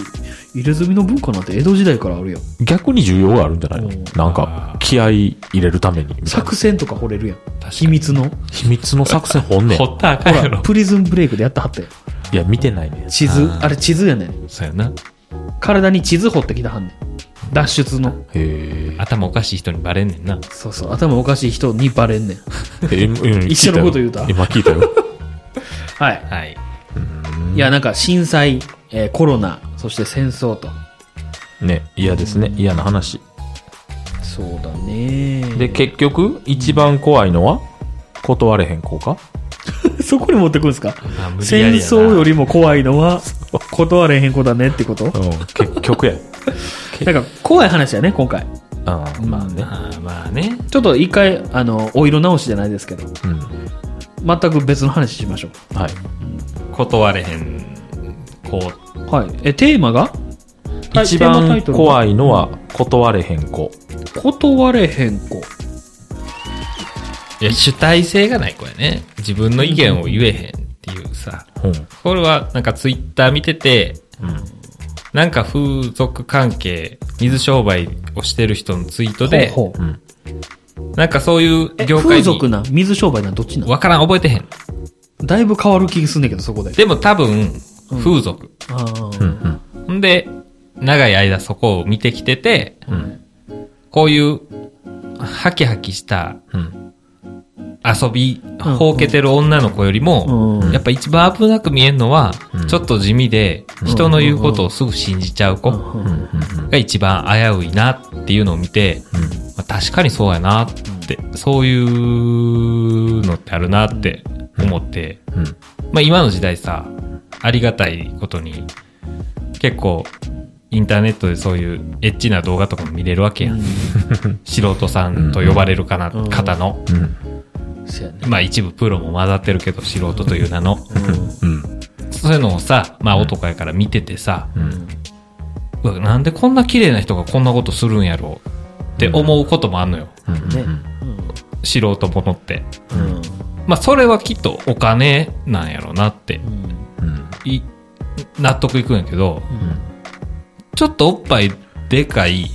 Speaker 2: 入れ墨の文化なんて江戸時代からあるやん。
Speaker 3: 逆に需要があるんじゃないの
Speaker 2: うん
Speaker 3: なんか、気合い入れるために。
Speaker 2: 作戦とか掘れるやん。
Speaker 1: 秘
Speaker 2: 秘密の。
Speaker 3: 秘密の作戦本ねん
Speaker 1: ほったらあかん
Speaker 2: ほ
Speaker 1: や
Speaker 2: ら、
Speaker 1: ろ。
Speaker 2: プリズンブレイクでやったはったやん。
Speaker 3: いや、見てないね。
Speaker 2: 地図、
Speaker 1: あー
Speaker 2: あれ地図やねん。
Speaker 1: そうやな。
Speaker 2: 体に地図掘ってきたはんねん。脱出の。
Speaker 3: へ
Speaker 1: 頭おかしい人にバレんねんな。
Speaker 2: そうそう、頭おかしい人にバレんねん。
Speaker 3: え。うん
Speaker 2: 一緒のこと言うた
Speaker 3: 今聞いたよ。
Speaker 2: はい。
Speaker 1: はい。
Speaker 2: いや、なんか震災、えーコロナ、そして戦争と。
Speaker 3: ね、嫌ですね。嫌な話。
Speaker 2: そうだね
Speaker 3: で、結局、一番怖いのは、断れへん子か
Speaker 2: そこに持ってくんですか
Speaker 1: まあ無理や
Speaker 2: 戦
Speaker 1: りやな
Speaker 2: 争よりも怖いのは、断れへん子だねってこと
Speaker 3: うん、結局や。
Speaker 2: なんか、怖い話やね、今回。
Speaker 3: うん、まあね。
Speaker 1: あーまあね。
Speaker 2: ちょっと一回、あの、お色直しじゃないですけど、
Speaker 3: うん。
Speaker 2: 全く別の話しましょ
Speaker 3: はい。
Speaker 1: 断れへん。こ
Speaker 2: う。はい。え、テーマがはい
Speaker 3: 一
Speaker 2: テーマタイ
Speaker 3: 番
Speaker 2: トル
Speaker 3: 怖いのは、断れへん子。
Speaker 2: 断れへん子。
Speaker 1: う。いや、主体性がない子やね。自分の意見を言えへんっていうさ。
Speaker 3: うん。
Speaker 1: これは、なんかツイッター見てて、
Speaker 3: うん。
Speaker 1: なんか風俗関係、水商売をしてる人のツイートで、
Speaker 2: ほうほ
Speaker 3: う
Speaker 2: う
Speaker 3: ん。
Speaker 1: なんかそういう
Speaker 2: え
Speaker 1: 業界
Speaker 2: 風俗
Speaker 1: に、
Speaker 2: なん水商売なんどっちなん
Speaker 1: わからん、覚えてへん。
Speaker 2: だいぶ変わる気がすんねんけど、そこで。
Speaker 1: でも多分、風俗。
Speaker 2: あー
Speaker 3: うん。
Speaker 1: ん、で、長い間そこを見てきてて、
Speaker 3: うん。
Speaker 1: こういう、ハキハキした
Speaker 3: うん。
Speaker 1: 遊び、ほうけてる女の子よりも、
Speaker 2: うん
Speaker 1: やっぱ一番危なく見えるのは、
Speaker 3: うん
Speaker 1: ちょっと地味で、人の言うことをすぐ信じちゃう子
Speaker 2: うん
Speaker 3: うん。うん。
Speaker 1: が一番危ういなっていうのを見て、
Speaker 3: うん。
Speaker 1: まあ、確かにそうやなって、そういうのってあるなって思って、
Speaker 3: うん。
Speaker 1: まあ今の時代さ、ありがたいことに、結構、インターネットでそういうエッチな動画とかも見れるわけやん。素人さんと呼ばれるかな、
Speaker 2: うん
Speaker 1: 方の。
Speaker 3: うん。
Speaker 2: そうやね。
Speaker 1: まあ一部プロも混ざってるけど、素人という名 の。
Speaker 3: うん。
Speaker 1: そういうのをさ、まあ男やから見ててさ、
Speaker 3: うん。
Speaker 1: うわなんでこんな綺麗な人がこんなことするんやろうって思うこともあんのよ。
Speaker 3: うん。
Speaker 2: ね。
Speaker 1: 素人者って。
Speaker 2: うん。うん
Speaker 1: まあ、それはきっとお金なんやろうなって、
Speaker 3: うん。
Speaker 1: い納得いくんやけど、
Speaker 2: うん
Speaker 1: ちょっとおっぱいでかい、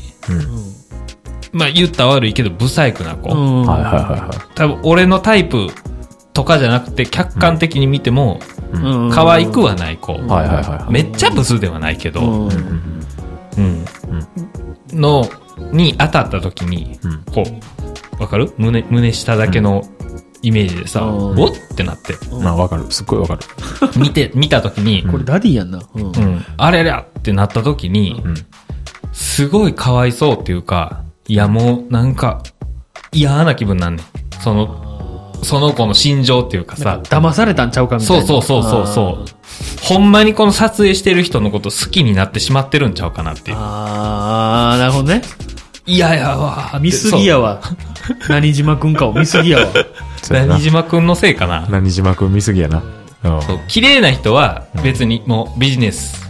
Speaker 1: まあ、言ったら悪いけど、不細工な子。
Speaker 2: うん。
Speaker 3: はいはいは
Speaker 1: 多分、俺のタイプとかじゃなくて、客観的に見ても、
Speaker 3: いはい。
Speaker 2: うん
Speaker 1: 可愛くはない子。
Speaker 3: んはいはいはいはい
Speaker 1: めっちゃブスではないけ
Speaker 2: う
Speaker 1: ど、
Speaker 3: う
Speaker 2: ん
Speaker 3: ん。うん。
Speaker 1: うん。の、に当たった時に、
Speaker 3: うん
Speaker 1: こう、わかる胸、胸下だけのイメージでさ、
Speaker 2: うん
Speaker 1: おっってな って、
Speaker 3: まあわかる。すっごいわかる。
Speaker 1: 見て、見た時に、
Speaker 2: これダディやんな。うん
Speaker 1: うん、あれりゃってなった時に、
Speaker 3: うん。
Speaker 1: すごいかわいそうっていうか、いやもうなんか嫌な気分なんねん。その、その子の心情っていうか
Speaker 2: なん
Speaker 1: さ、
Speaker 2: か騙されたんちゃうかみたい
Speaker 1: そう
Speaker 2: な。
Speaker 1: そうそうそうそう。ほんまにこの撮影してる人のこと好きになってしまってるんちゃうかなっていう。
Speaker 2: あーあー、なるほどね。
Speaker 1: いやいやわー
Speaker 2: 見すぎやわ。何島くんかを見すぎやわ。
Speaker 1: そう。何島くんのせいかな。
Speaker 3: 何島くん見すぎやな。うん。
Speaker 1: そう綺麗な人は別にもうビジネス。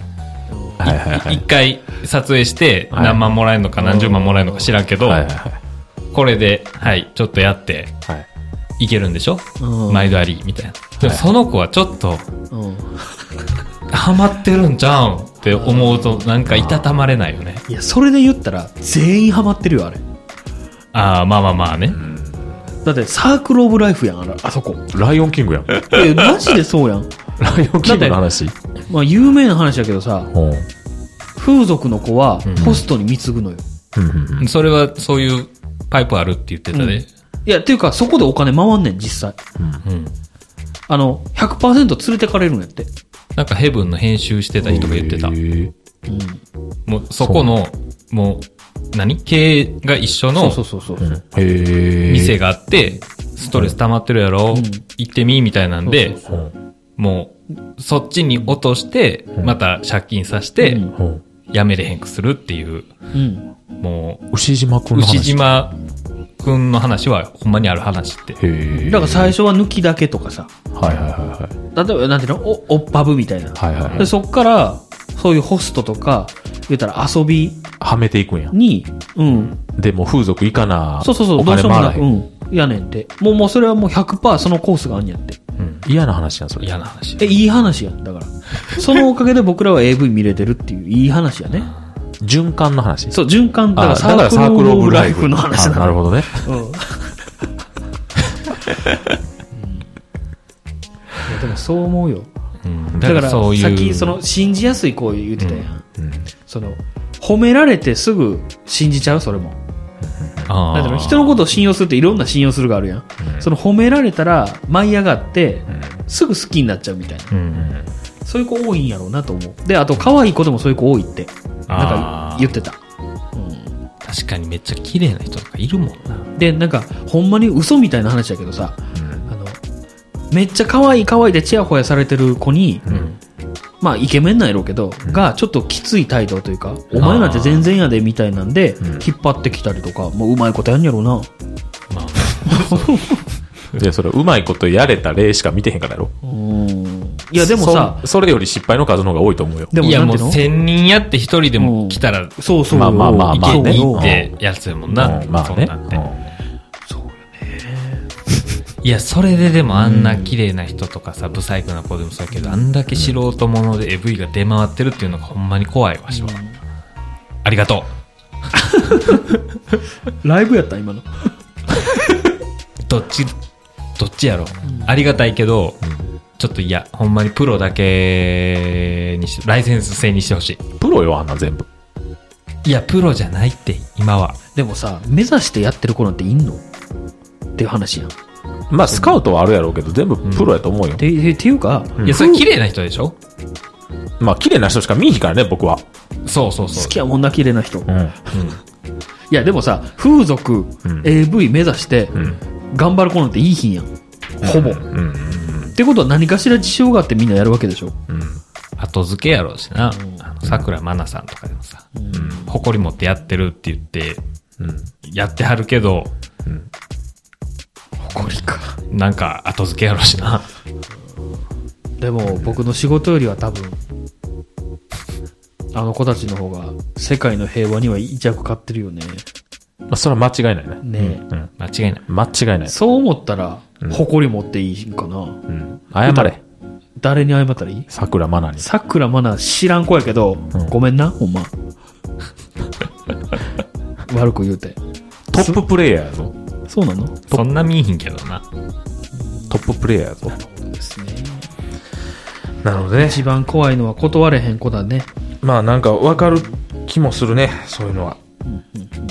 Speaker 3: はいはいはい
Speaker 1: 一。回撮影して
Speaker 3: はい
Speaker 1: 何万もらえるのか何十万もらえるのか知らんけど、
Speaker 3: はいはいはい。
Speaker 1: これで、はい、ちょっとやって、
Speaker 3: はい。
Speaker 1: いけるんでしょ、
Speaker 2: うん
Speaker 1: 毎度ありみたいな、でもその子はちょっと
Speaker 2: うん。
Speaker 1: ハマってるんじゃうんって思うとなんかいたたまれないよね
Speaker 2: いや、それで言ったら、全員ハマってるよ、あれ。
Speaker 1: ああまあまあまあね、
Speaker 2: だって、サークルオブライフやん、あらあそこ。
Speaker 3: ライオンキングやん。ラ
Speaker 2: え、マジでそうや
Speaker 3: イ
Speaker 2: ん。
Speaker 3: オンキングの話。
Speaker 2: まあ、有名な話やけどさ、
Speaker 3: うん。うん
Speaker 2: 風俗の子は
Speaker 1: うん、
Speaker 2: ホストに貢ぐのよ。
Speaker 3: うん
Speaker 1: それはそういうパイプあるって言ってたで、
Speaker 2: いや、っていうか、そこでお金回んねん、実際。
Speaker 1: うん
Speaker 2: あの、100%連れてかれるんやって。
Speaker 1: なんかヘブンの編集してた人が言ってた、
Speaker 3: へー
Speaker 2: うん。
Speaker 1: もうそこのもう何経営が一緒
Speaker 2: そ
Speaker 1: の
Speaker 2: うそうそうそう。
Speaker 3: うんへえ。
Speaker 1: 店があってストレス溜まってるやろ、
Speaker 2: うん
Speaker 1: 行ってみみたいなんで、
Speaker 2: そうそう
Speaker 3: うん。
Speaker 1: もう、そっちに落として、
Speaker 3: ん
Speaker 1: また借金させて
Speaker 2: う、
Speaker 3: うんん。
Speaker 1: やめれへんくするっていう、
Speaker 2: うん。
Speaker 1: も
Speaker 3: 牛島
Speaker 1: う、
Speaker 3: くんの話。
Speaker 1: 牛。島くんの話は、ほんまにある話って。
Speaker 3: へえ。
Speaker 2: だから最初は抜きだけとかさ、
Speaker 3: はいはいはいはい。
Speaker 2: 例えば、なんていうの、お、おっぱぶみたいな。
Speaker 3: はいはいは
Speaker 2: で
Speaker 3: い。
Speaker 2: そっから、そういうホストとか、言ったら遊び
Speaker 3: はめていくんや。
Speaker 2: に、うん。
Speaker 3: でも風俗行かな。
Speaker 2: そうそうそう、
Speaker 3: お
Speaker 2: どうし
Speaker 3: 金
Speaker 2: ようも
Speaker 3: 回ら
Speaker 2: なく、
Speaker 3: へ。
Speaker 2: うんん。やねんって。もう、もうそれはもう100%そのコースがあんやって。
Speaker 1: うん
Speaker 3: 嫌な話やん、それ。
Speaker 1: 嫌な話。
Speaker 2: え、いい話やん。だから。そのおかげで僕らは AV 見れてるっていう、いい話やね。
Speaker 3: 循環の話。
Speaker 2: そう、循環、だか
Speaker 3: あ
Speaker 2: らサークルオブライフの話
Speaker 3: あ
Speaker 2: な
Speaker 3: なるほどね。
Speaker 2: ど。うん。いや、でもそう思うよ。
Speaker 1: うん
Speaker 2: だから、
Speaker 1: そういう。
Speaker 2: さっきその信じやすい行為言ってたやん。
Speaker 3: うん
Speaker 2: その、褒められてすぐ信じちゃうそれも。
Speaker 1: あー
Speaker 2: なんていうの人のことを信用するっていろんな信用するがあるやん。その褒められたら舞い上がって、すぐ好きになっちゃうみたいな。
Speaker 1: うん。
Speaker 2: そういう子多いんやろうなと思う。で、あと可愛い子でもそういう子多いって、なん
Speaker 1: あ
Speaker 2: か
Speaker 1: ー
Speaker 2: 言ってた。
Speaker 1: 確かにめっちゃ綺麗な人とかいるもんな。
Speaker 2: で、なんか、ほんまに嘘みたいな話だけどさ、あの、めっちゃ可愛い可愛いでチヤホヤされてる子に、
Speaker 1: うん。
Speaker 2: まあイケメンなんやろうけど、がちょっときつい態度というか、お前なんて全然やでみたいなんで、引っ張ってきたりとか、もううまいことやんやろうな。
Speaker 1: まあ、
Speaker 3: で、それ、うまいことやれた例しか見てへんからやろ。
Speaker 2: うん。いやでもさ、
Speaker 3: そ、それより失敗の数の方が多いと思うよ。
Speaker 2: でも
Speaker 1: いや
Speaker 2: なん
Speaker 1: も
Speaker 2: て
Speaker 1: う
Speaker 2: いうの
Speaker 1: 千人やって一人でも来たら、
Speaker 2: そうそう。
Speaker 3: まあまあまあ
Speaker 1: い
Speaker 3: まあ
Speaker 1: け
Speaker 3: ね
Speaker 1: に
Speaker 2: そう
Speaker 1: 行ってやつやもんな。
Speaker 3: うんまあ
Speaker 1: そん
Speaker 3: ね
Speaker 1: な。んていや、それででもあんな綺麗な人とかさ、不細工な子でもそうやけど、あんだけ素人者で AV が出回ってるっていうのがほんまに怖いわしは。ありがと
Speaker 2: ライブやった今の。
Speaker 1: う。どっち、どっちやろ。ありがたいけど、ちょっといや、ほんまにプロだけにし、ライセンス制にしてほし
Speaker 3: うんプロよ、あんなん全部。
Speaker 1: い。いや、プロじゃないって、今は。
Speaker 2: でもさ、目指してやってる子なんていんのっていう話やん。
Speaker 3: まあ、スカウトはあるやろうけど、全部プロやと思うよ。
Speaker 2: ててていうか、
Speaker 1: いや、それ綺麗な人でしょ
Speaker 3: まあ、綺麗な人しか見えへんからね、僕は。
Speaker 1: そうそう
Speaker 2: 好
Speaker 1: そう。
Speaker 2: きやもんな綺麗な人、
Speaker 3: う
Speaker 2: い
Speaker 3: ん。
Speaker 2: やでもさ風俗、
Speaker 3: うん
Speaker 2: AV 目指して、
Speaker 3: ん
Speaker 2: 頑張る子なんていいひんやんほぼ、
Speaker 3: うん。
Speaker 2: ってことは何かしら事情があってみんなやるわけでしょ
Speaker 1: 後付けやろうしな。あのさくらまなさんとかでもさ、誇り持ってやってるって言って、
Speaker 3: うん。
Speaker 1: やってはるけど、
Speaker 2: 誇りか
Speaker 1: なんか後付けやろうしな。
Speaker 2: でも僕の仕事よりは多分あの子たちの方が世界の平和には一役買ってるよね
Speaker 3: まあ、それは間違いないね。
Speaker 2: ね
Speaker 3: うん。
Speaker 1: 間違いない。
Speaker 3: 間違いない。
Speaker 2: そう思ったら、誇り持っていいんかな、
Speaker 3: うん。謝れ。
Speaker 2: 誰に謝ったらいい
Speaker 3: 桜マナに。
Speaker 2: さくらまな知らん子やけど、
Speaker 3: ん
Speaker 2: ごめんなほ んま悪く言うて
Speaker 3: トッププレイヤーやぞ。
Speaker 2: そうなの
Speaker 1: そんな見えひんけどな。
Speaker 3: トッププレイヤーやぞ。
Speaker 2: ですね。
Speaker 3: なのでね
Speaker 2: 一番怖いのは断れへん子だね。
Speaker 3: まあなんか分かる気もするね、そういうのは。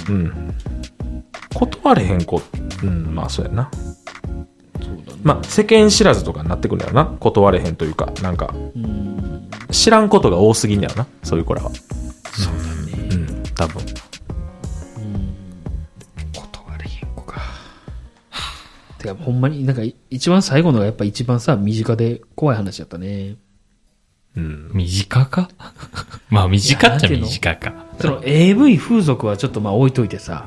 Speaker 3: うん。断れへん子、うん、まあそうやな。まあ世間知らずとかになってくるんだよな。断れへんというか、なんか、知らんことが多すぎんだよな、そういう子らは。そうだね。うん、多分。
Speaker 2: 断れへん子か。 てか、ほんまに、なんか、い一番最後のがやっぱ一番さ、身近で怖い話やったね。
Speaker 3: うん。
Speaker 1: 短か まあ短っちゃ短か。
Speaker 2: その AV 風俗はちょっとまあ置いといてさ、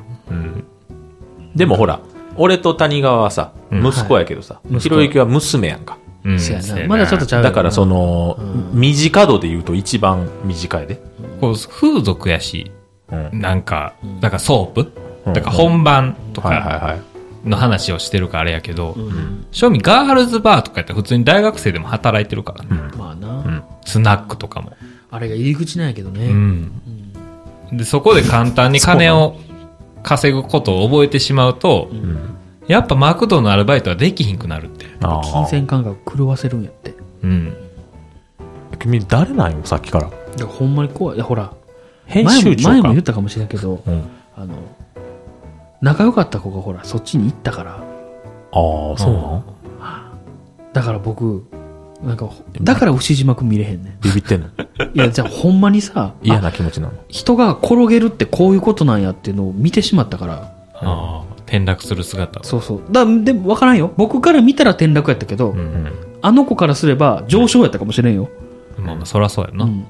Speaker 3: でもほら、俺と谷川はさ、
Speaker 1: うん
Speaker 3: 息子やけどさ、
Speaker 2: い
Speaker 3: ひろゆきは娘やんか。
Speaker 1: うん
Speaker 2: せや
Speaker 1: せや
Speaker 2: な。
Speaker 1: な
Speaker 2: まだちょっとちゃうよな
Speaker 3: だからそ、の、身近度で言うと一番短いで。
Speaker 1: こう、風俗やし、
Speaker 3: うん。
Speaker 1: なんか、だからソープ
Speaker 3: うん
Speaker 1: だから本番と
Speaker 3: はいは
Speaker 1: か、
Speaker 3: いはい。
Speaker 1: の話をしてるからあれやけど、正味ガールズバーとかやったら普通に大学生でも働いてるからね、
Speaker 2: まあな、
Speaker 3: うん
Speaker 1: スナックとかも。
Speaker 2: あれが入り口なんやけどね、
Speaker 1: うんでそこで簡単に金を稼ぐことを覚えてしまうと、やっぱマクドのアルバイトはできひんくなるって。
Speaker 3: あ
Speaker 2: 金
Speaker 3: あ。
Speaker 2: 銭感覚狂わせるんやって
Speaker 1: うん。
Speaker 3: 君誰なんよ、さっきから。
Speaker 2: だからほんまに怖いいやほら
Speaker 3: 編集長か。
Speaker 2: 前も前も言ったかもしれんけど
Speaker 3: うん、
Speaker 2: あの仲良かった子がほらそっちに行ったから
Speaker 3: ああ、そうなの、
Speaker 2: だから僕なんかほだから牛島君見れへんね
Speaker 3: ビビってんの
Speaker 2: んいやじゃあほんまにさ
Speaker 3: 嫌
Speaker 2: あ
Speaker 3: な気持ちなの。
Speaker 2: 人が転げるってこういうことなんやっていうのを見てしまったから
Speaker 1: ああ、転落する姿を。
Speaker 2: そうそうだでも分からんよ僕から見たら転落やったけど、
Speaker 1: うん。
Speaker 2: あの子からすれば上昇やったかもしれんよ、
Speaker 1: まあまあ、そらそうやな。
Speaker 2: うん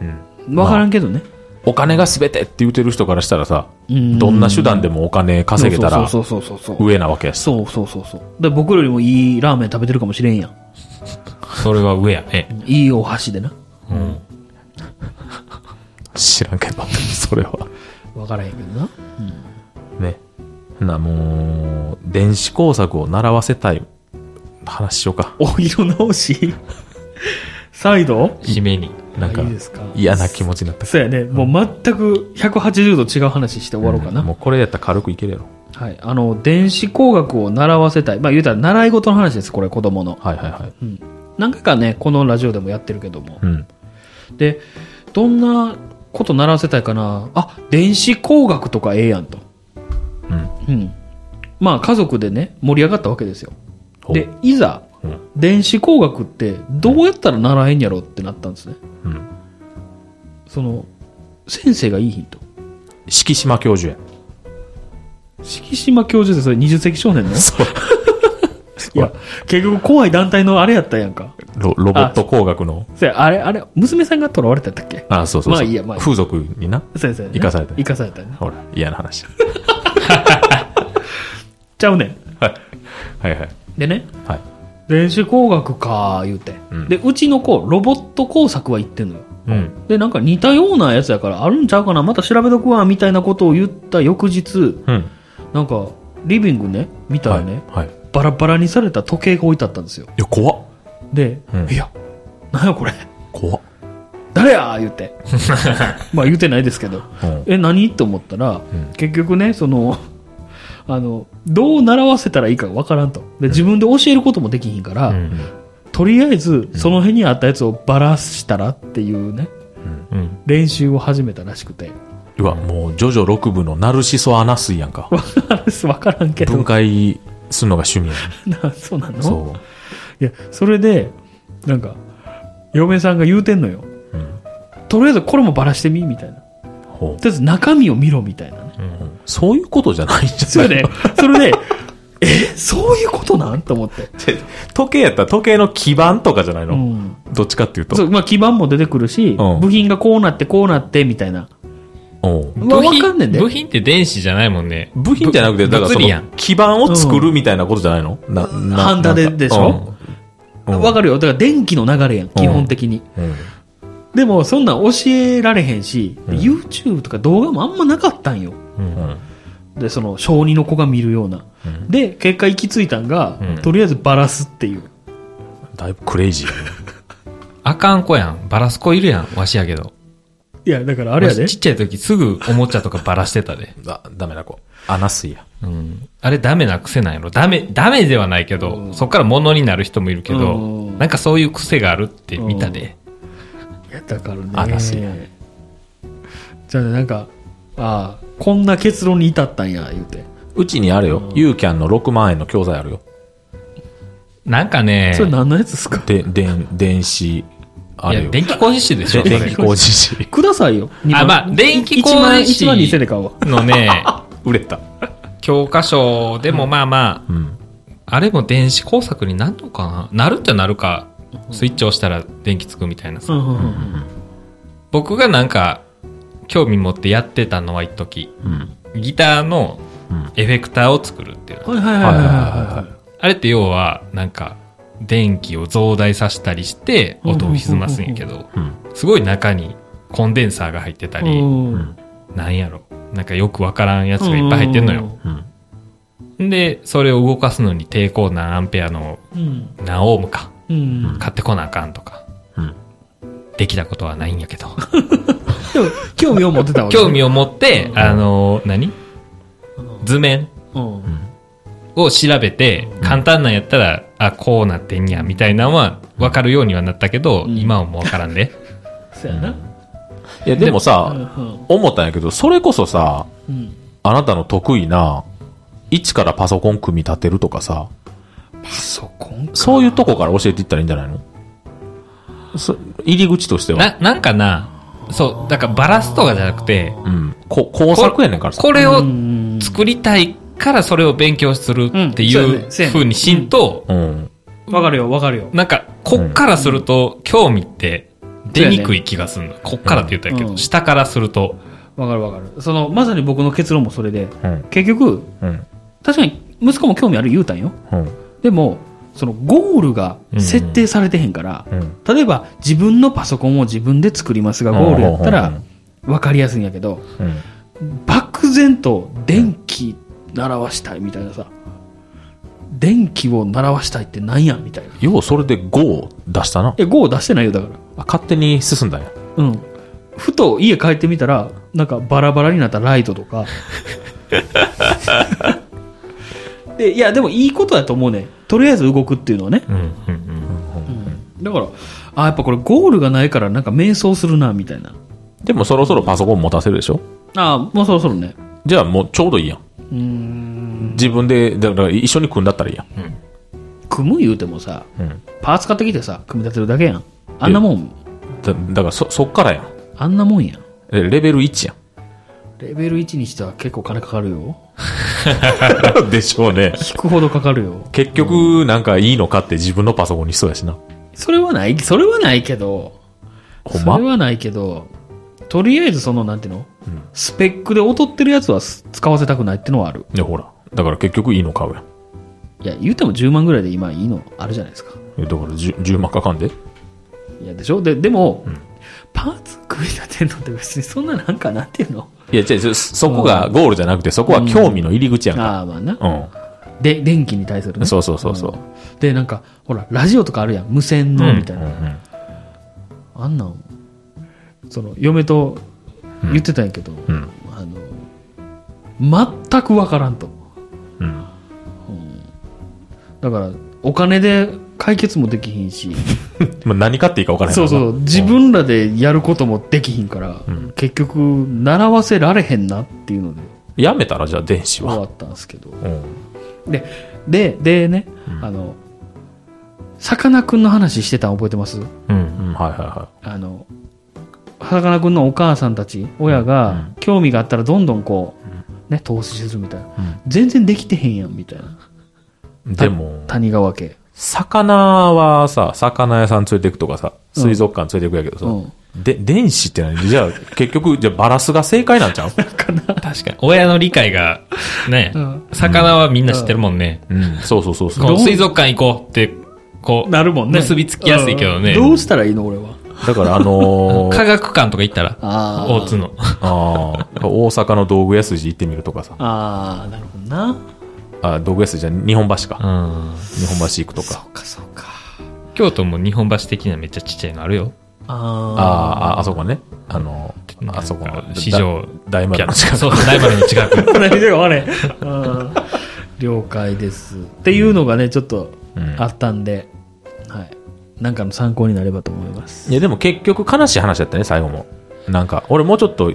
Speaker 3: うん。
Speaker 2: 分からんけどね、
Speaker 3: お金が全てって言うてる人からしたらさ、
Speaker 2: うん
Speaker 3: どんな手段でもお金稼げたら
Speaker 2: そうそうそうそうそう
Speaker 3: 上なわけやし。
Speaker 2: そうそうそうそうで僕よりもいいラーメン食べてるかもしれんやん
Speaker 1: それは上やね。
Speaker 2: いいお箸でな
Speaker 1: うん。
Speaker 3: 知らんけど、 それは。
Speaker 2: 分からへんけどな
Speaker 3: ね。な、もう、電子工作を習わせたい話しようか。
Speaker 2: お色直し再度
Speaker 1: 締めに。
Speaker 3: なんか
Speaker 2: いいですか、
Speaker 3: 嫌な気持ちになった。
Speaker 2: そうやねもう全く180度違う話して終わろうかな、
Speaker 3: もうこれやったら軽くいけるやろ。
Speaker 2: はいあの電子工学を習わせたいまあ言うたら習い事の話ですこれ子供の
Speaker 3: はいはいはい。
Speaker 2: うん何回かねこのラジオでもやってるけども、
Speaker 3: うん。
Speaker 2: でどんなこと習わせたいかなあ電子工学とかええやんと、
Speaker 3: うん。
Speaker 2: うん、まあ家族でね盛り上がったわけですよ
Speaker 3: ほう
Speaker 2: で、いざ
Speaker 3: うん。
Speaker 2: 電子工学ってどうやったら習えんやろってなったんですね
Speaker 3: うん。
Speaker 2: その先生がいいヒント
Speaker 3: 敷島教授や。
Speaker 2: 敷島教授ってそれ二十世紀少年の
Speaker 3: そう。
Speaker 2: いや 結局怖い団体のあれやったやんか
Speaker 3: ロロボット工学の。
Speaker 2: そやあれあれ娘さんが囚われたやったっけ
Speaker 3: あそうそうそう。
Speaker 2: まあいいやまあいい
Speaker 3: 風俗にな。
Speaker 2: 先生、ね、
Speaker 3: 生かされた
Speaker 2: 生かされたね
Speaker 3: ほら、嫌な話。
Speaker 2: ちゃうねん
Speaker 3: はい。はいはい。
Speaker 2: でね
Speaker 3: はい。
Speaker 2: 電子工学か言うて、
Speaker 3: うん
Speaker 2: でうちの子ロボット工作は言ってんのよ
Speaker 3: うん。
Speaker 2: でなんか似たようなやつやからあるんちゃうかなまた調べとくわみたいなことを言った翌日
Speaker 3: うん。
Speaker 2: なんかリビングね見たらね、
Speaker 3: はい。い
Speaker 2: バラバラにされた時計が置いてあったんですよ
Speaker 3: や、怖っ。
Speaker 2: で、
Speaker 3: うん
Speaker 2: いやなんやこれ
Speaker 3: 怖っ。
Speaker 2: 誰や言うてまあ言うてないですけど
Speaker 3: うん。
Speaker 2: え何って思ったら、
Speaker 3: ん
Speaker 2: 結局ねその あのどう習わせたらいいかわからんとで自分で教えることもできひんから、
Speaker 1: うん。
Speaker 2: とりあえずその辺にあったやつをバラしたらっていうね
Speaker 1: うん。
Speaker 2: 練習を始めたらしくて
Speaker 3: うわ、もう、ジョジョ6部のナルシソアナ水やんか。
Speaker 2: 分からんけど
Speaker 3: 分解するのが趣味や
Speaker 2: なそうなの
Speaker 3: ん。そ
Speaker 2: いやそれでなんか嫁さんが言うてんのよ
Speaker 3: う。うん。
Speaker 2: とりあえずこれもバラしてみみたいなと
Speaker 3: ほう。
Speaker 2: りあえず中身を見ろみたいなね
Speaker 3: うん そういうことじゃないんじ
Speaker 2: そ
Speaker 3: ゃ
Speaker 2: れ
Speaker 3: ない
Speaker 2: でそれでえそういうことなんと思って、
Speaker 3: 時計やったら時計の基盤とかじゃないうの。
Speaker 2: ん
Speaker 3: どっちかっていうと。
Speaker 2: そうまあ、基盤も出てくるし、
Speaker 3: うん
Speaker 2: 部品がこうなってこうなってみたいな
Speaker 3: おう
Speaker 2: わわかんねんで
Speaker 1: 部品って電子じゃないもんね。
Speaker 3: 部品じゃなくて、だからそ
Speaker 1: 物理や
Speaker 3: の
Speaker 1: ん、
Speaker 3: 基盤を作るみたいなことじゃないのな、な
Speaker 2: ハンダで
Speaker 3: なんか
Speaker 2: でしょ
Speaker 3: うんうん
Speaker 2: わかるよだから電気の流れやん基本的に、
Speaker 3: うん
Speaker 2: でもそんなん教えられへんし、
Speaker 3: ん
Speaker 2: YouTube とか動画もあんまなかったんよ
Speaker 3: うん。
Speaker 2: でその小児の子が見るような、
Speaker 3: うん
Speaker 2: で結果行き着いたんが、
Speaker 1: うん
Speaker 2: とりあえずバラすっていう
Speaker 3: だいぶクレイジー。
Speaker 1: あかん子やん。バラす子いるやん。わしやけど。
Speaker 2: いやだからあ
Speaker 1: あ
Speaker 2: れやで
Speaker 1: ちっちゃい時すぐおもちゃとかバラしてたで。
Speaker 3: だ、ダメな子。アナ水や。
Speaker 1: うん。あれダメな癖なんやろ。ダメ、ダメではないけど、そっから物になる人もいるけど、
Speaker 2: うん
Speaker 1: なんかそういう癖があるって見たで。
Speaker 2: いやだからね
Speaker 3: 話や
Speaker 2: じゃあねなんかああこんな結論に至ったんや言うて
Speaker 3: うちにあるよ。ユーキャンの6万円の教材あるよ。
Speaker 1: なんかね、
Speaker 2: それ何のやつですか
Speaker 3: で、でん、電子、あ
Speaker 1: い
Speaker 3: れ
Speaker 1: や、
Speaker 3: よ。
Speaker 1: 電気工事士でしょ、
Speaker 3: で
Speaker 1: それ
Speaker 3: 電気工事士。
Speaker 2: くださいよ
Speaker 1: あまあ電気工
Speaker 2: 1万
Speaker 1: 事士
Speaker 2: 1万2000で買うわ
Speaker 1: のね、
Speaker 3: 売れた。
Speaker 1: 教科書でもまあまあ、
Speaker 3: うん。
Speaker 1: あれも電子工作になるのかななるっちゃなるか、スイッチ押したら電気つくみたいなさ。
Speaker 2: うんうんうん
Speaker 1: 僕がなんか、興味持ってやってたのは一時、
Speaker 3: うん。
Speaker 1: ギターの
Speaker 3: うん
Speaker 1: エフェクターを作るっていうの。
Speaker 2: はいはいはいはいはいは
Speaker 1: あれって要は、なんか、電気を増大させたりして、音を歪ますんやけど、
Speaker 3: うん。
Speaker 1: すごい中にコンデンサーが入ってた
Speaker 2: い
Speaker 1: り、なんやろ、なんかよくわからんやつがいっぱい入ってんのよ。
Speaker 3: うん。
Speaker 1: で、それを動かすのに抵抗何アンペアの
Speaker 2: うん。
Speaker 1: 何オームか、
Speaker 2: うん。
Speaker 1: 買ってこなあかんとか、
Speaker 3: うん
Speaker 1: できたことはないんやけど。
Speaker 2: でも、興味を持ってたわけ。
Speaker 1: 興味を持って、あの、何図面
Speaker 2: うん。
Speaker 1: を調べて、簡単なんやったら、あ、こうなってんや、みたいなのは分かるようにはなったけど、
Speaker 2: うん
Speaker 1: 今はもう分からんで。
Speaker 2: そうやな。
Speaker 3: いや、でもさ、
Speaker 2: う
Speaker 3: 思ったんやけど、それこそさ、
Speaker 2: ん。
Speaker 3: あなたの得意な、一からパソコン組み立てるとかさ、
Speaker 2: パソコン
Speaker 3: そういうとこから教えていったらいいんじゃないのそ入り口としては。
Speaker 1: な、なんかな、そう、だからバラすとかじゃなくて、
Speaker 3: うん。こ工作やねんからさ。
Speaker 1: これを
Speaker 2: うん
Speaker 1: 作りたいからそれを勉強するってい
Speaker 2: うんそうや
Speaker 1: う
Speaker 2: ねそうやね
Speaker 1: 風にしんと、
Speaker 3: うん。
Speaker 2: わかるよ、わかるよ。
Speaker 1: なんか、こっからすると、興味って出にくい気がするの。こっからって言ったらいいけ
Speaker 2: うん
Speaker 1: ど、下からすると、
Speaker 2: わかるわかる。その、まさに僕の結論もそれで、
Speaker 3: うん。
Speaker 2: 結局、
Speaker 3: うん。
Speaker 2: 確かに息子も興味ある言うたんよ。
Speaker 3: うん。
Speaker 2: でも、そのゴールが設定されてへんから、
Speaker 3: うん。
Speaker 2: 例えば自分のパソコンを自分で作りますが、ゴールやったら分かりやすいんやけど、
Speaker 3: うん。
Speaker 2: 漠然と電気習わしたいみたいなさ、電気を習わしたいってなんやみたいな。
Speaker 3: よう、それで5を出したな。
Speaker 2: え、5を出してないよ、だから。
Speaker 3: あ勝手に進んだんや。
Speaker 2: うん。ふと家帰ってみたら、なんかバラバラになったライトと か。で、いや、でもいいことだと思うね。とりあえず動くっていうのはね。
Speaker 1: うん、うん、うん。
Speaker 2: だから、あ、やっぱこれゴールがないからなんか迷走するな、みたいな。
Speaker 3: でもそろそろパソコン持たせるでしょ
Speaker 2: あ、もうそろそろね。
Speaker 3: じゃあもうちょうどいいやん。
Speaker 2: うーん。
Speaker 3: 自分で、だから一緒に組んだったらいいやん。
Speaker 2: 組む言うてもさ、
Speaker 3: うん。
Speaker 2: パーツ買ってきてさ、組み立てるだけやん。あんなもん、
Speaker 3: だだからそ、そっからやん。
Speaker 2: あんなもんやん。
Speaker 3: えレベル1や
Speaker 2: レベル1にしては結構金かかるよ。
Speaker 3: ん。 でしょうね。
Speaker 2: 引くほどかかるよ。
Speaker 3: 結局、なんかいいのかって自分のパソコンにしそうやしな。
Speaker 2: それはない、それはないけど、
Speaker 3: ほんま
Speaker 2: それはないけど、とりあえずその、なんていうの、スペックで劣ってるやつはす使わせたくないってのはある。
Speaker 3: いや、ほら。だから結局いいの買うやん。
Speaker 2: いや、言うても10万ぐらいで今いいのあるじゃないですか。
Speaker 3: えだから 10, 10万かかんで。
Speaker 2: いや、でしょで、でも、パーツ組み立てるのって別にそんななんか、なんていうの
Speaker 3: いや、違う違う、そそこがゴールじゃなくて、そこは興味の入り口やんか。
Speaker 2: ああ、まあな。
Speaker 3: うん。
Speaker 2: で、電気に対するね。
Speaker 3: そうそうそうそう。
Speaker 2: で、なんか、ほら、ラジオとかあるやん。無線の、みたいな。
Speaker 3: うん
Speaker 2: あんなん、その、嫁と言ってたんやけど、
Speaker 3: うん。
Speaker 2: あの、全くわからんと。
Speaker 3: うん。
Speaker 2: だから、お金で解決もできひんし、
Speaker 3: まあ、何買っていいか分からへんか
Speaker 2: そ
Speaker 3: ら
Speaker 2: う
Speaker 3: な
Speaker 2: そう、自分らでやることもできひんから、結局、習わせられへんなっていうので
Speaker 3: やめたら、じゃあ、電子
Speaker 2: 終
Speaker 3: は。
Speaker 2: わったんですけど。
Speaker 3: うん。
Speaker 2: で、で、でね、あの、さかなクンの話してたん覚えてます
Speaker 1: うん、
Speaker 3: うん、はいはいは
Speaker 2: あの、さかなクンのお母さんたち、親が、興味があったらどんどんこう、ね、投資するみたいな。全然できてへんやん、みたいな。
Speaker 3: い。でも、
Speaker 2: 谷川家。
Speaker 3: 魚はさ、魚屋さん連れていくとかさ、水族館連れていくやけどさ、で、電子って何じゃあ、 結局、じゃあ、バラスが正解なんちゃう
Speaker 1: 確かに。親の理解が、ね
Speaker 2: うん、
Speaker 1: 魚はみんな知ってるもんね。
Speaker 3: うん、そうそうそうそう。
Speaker 1: こう水族館行こうって、こう、
Speaker 2: なるもんね。
Speaker 1: 結びつきやすいけどね
Speaker 2: うんどうしたらいいの、俺は。
Speaker 3: だ から、あの
Speaker 1: 科
Speaker 3: ー、
Speaker 1: 学館とか行ったら、
Speaker 2: あー
Speaker 1: 大 津の。
Speaker 3: あーやっぱ大阪の道具屋筋行ってみるとかさ、
Speaker 2: ああ、なるほどな。
Speaker 3: あ道具屋筋じゃ日本橋
Speaker 1: う
Speaker 3: か。
Speaker 1: ん。
Speaker 3: 日本橋行くとか。
Speaker 2: うか、そうか。
Speaker 1: 京都も日本橋的なめっちゃちっちゃいのあるよ。
Speaker 3: あー
Speaker 2: あ
Speaker 3: あ、あそこね。あのー、あそこ
Speaker 1: なん
Speaker 3: の
Speaker 1: か、市場
Speaker 3: だ大丸の近く。
Speaker 1: そうそう、大丸の近く。
Speaker 2: あ。何でかあれ。うん了解です。っていうのがね、ちょっと
Speaker 3: うん
Speaker 2: あったんで、はい。なんかの参考になればと思います。
Speaker 3: いや、でも結局悲しい話だったね、最後も。なんか、俺もうちょっと、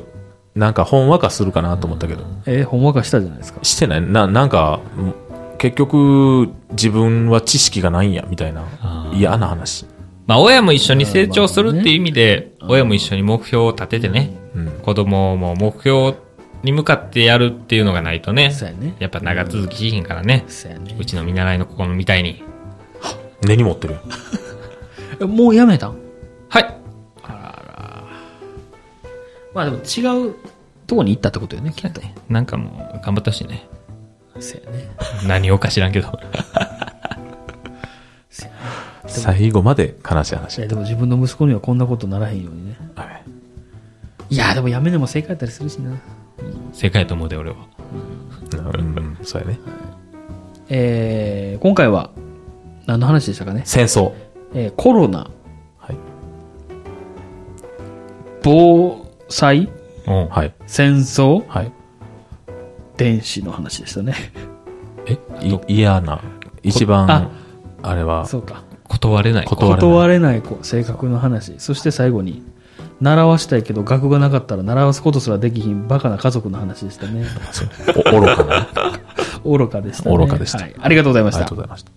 Speaker 3: なんか、ほんわかするかなと思ったけど、
Speaker 2: えー、ほんわかしたじゃないですか。
Speaker 3: してないな、なんか、うん結局、自分は知識がないんや、みたいな
Speaker 1: あ、ー
Speaker 3: 嫌な話。
Speaker 1: まあ、親も一緒に成長するっていう意味で、親も一緒に目標を立ててね、
Speaker 3: うん。
Speaker 1: 子供も目標に向かってやるっていうのがないとね
Speaker 2: そう、やね。
Speaker 1: やっぱ長続きしひんからね。
Speaker 2: そうやね
Speaker 1: う。ちの見習いの子みたいに。
Speaker 3: 根に持ってる。
Speaker 2: えもうやめたん
Speaker 1: はい。
Speaker 2: まあでも違うとこに行ったってことよね、きっと。
Speaker 1: なんかもう、頑張ってほしいね。
Speaker 2: そうやね。
Speaker 1: 何をか知らんけど。
Speaker 3: 最後まで悲しい話。
Speaker 2: いやでも自分の息子にはこんなことならへんようにね。
Speaker 3: はい
Speaker 2: いや、でもやめでも正解やったりするしな。
Speaker 1: 正解やと思うで、俺は。
Speaker 3: うん、うんそうやね。
Speaker 2: えー今回は、何の話でしたかね。
Speaker 3: 戦争。
Speaker 2: えーコロナ、
Speaker 3: はい
Speaker 2: 防災、
Speaker 1: うん。
Speaker 3: はい。
Speaker 2: 戦争、
Speaker 3: はい。
Speaker 2: 電子の話でしたね。
Speaker 3: え、い嫌な。一
Speaker 2: あ
Speaker 3: 番、あれは、
Speaker 2: そうか。
Speaker 1: 断れない。
Speaker 3: こと断れない
Speaker 2: 断れない子、性格の話。そして最後に、習わしたいけど学がなかったら習わすことすらできひんバカな家族の 話でしたね。
Speaker 3: そうお愚かな。
Speaker 2: 愚かでしたね。
Speaker 3: 愚かでした
Speaker 2: はいありがとうございまし
Speaker 3: ありがと
Speaker 2: た
Speaker 3: う。ございました。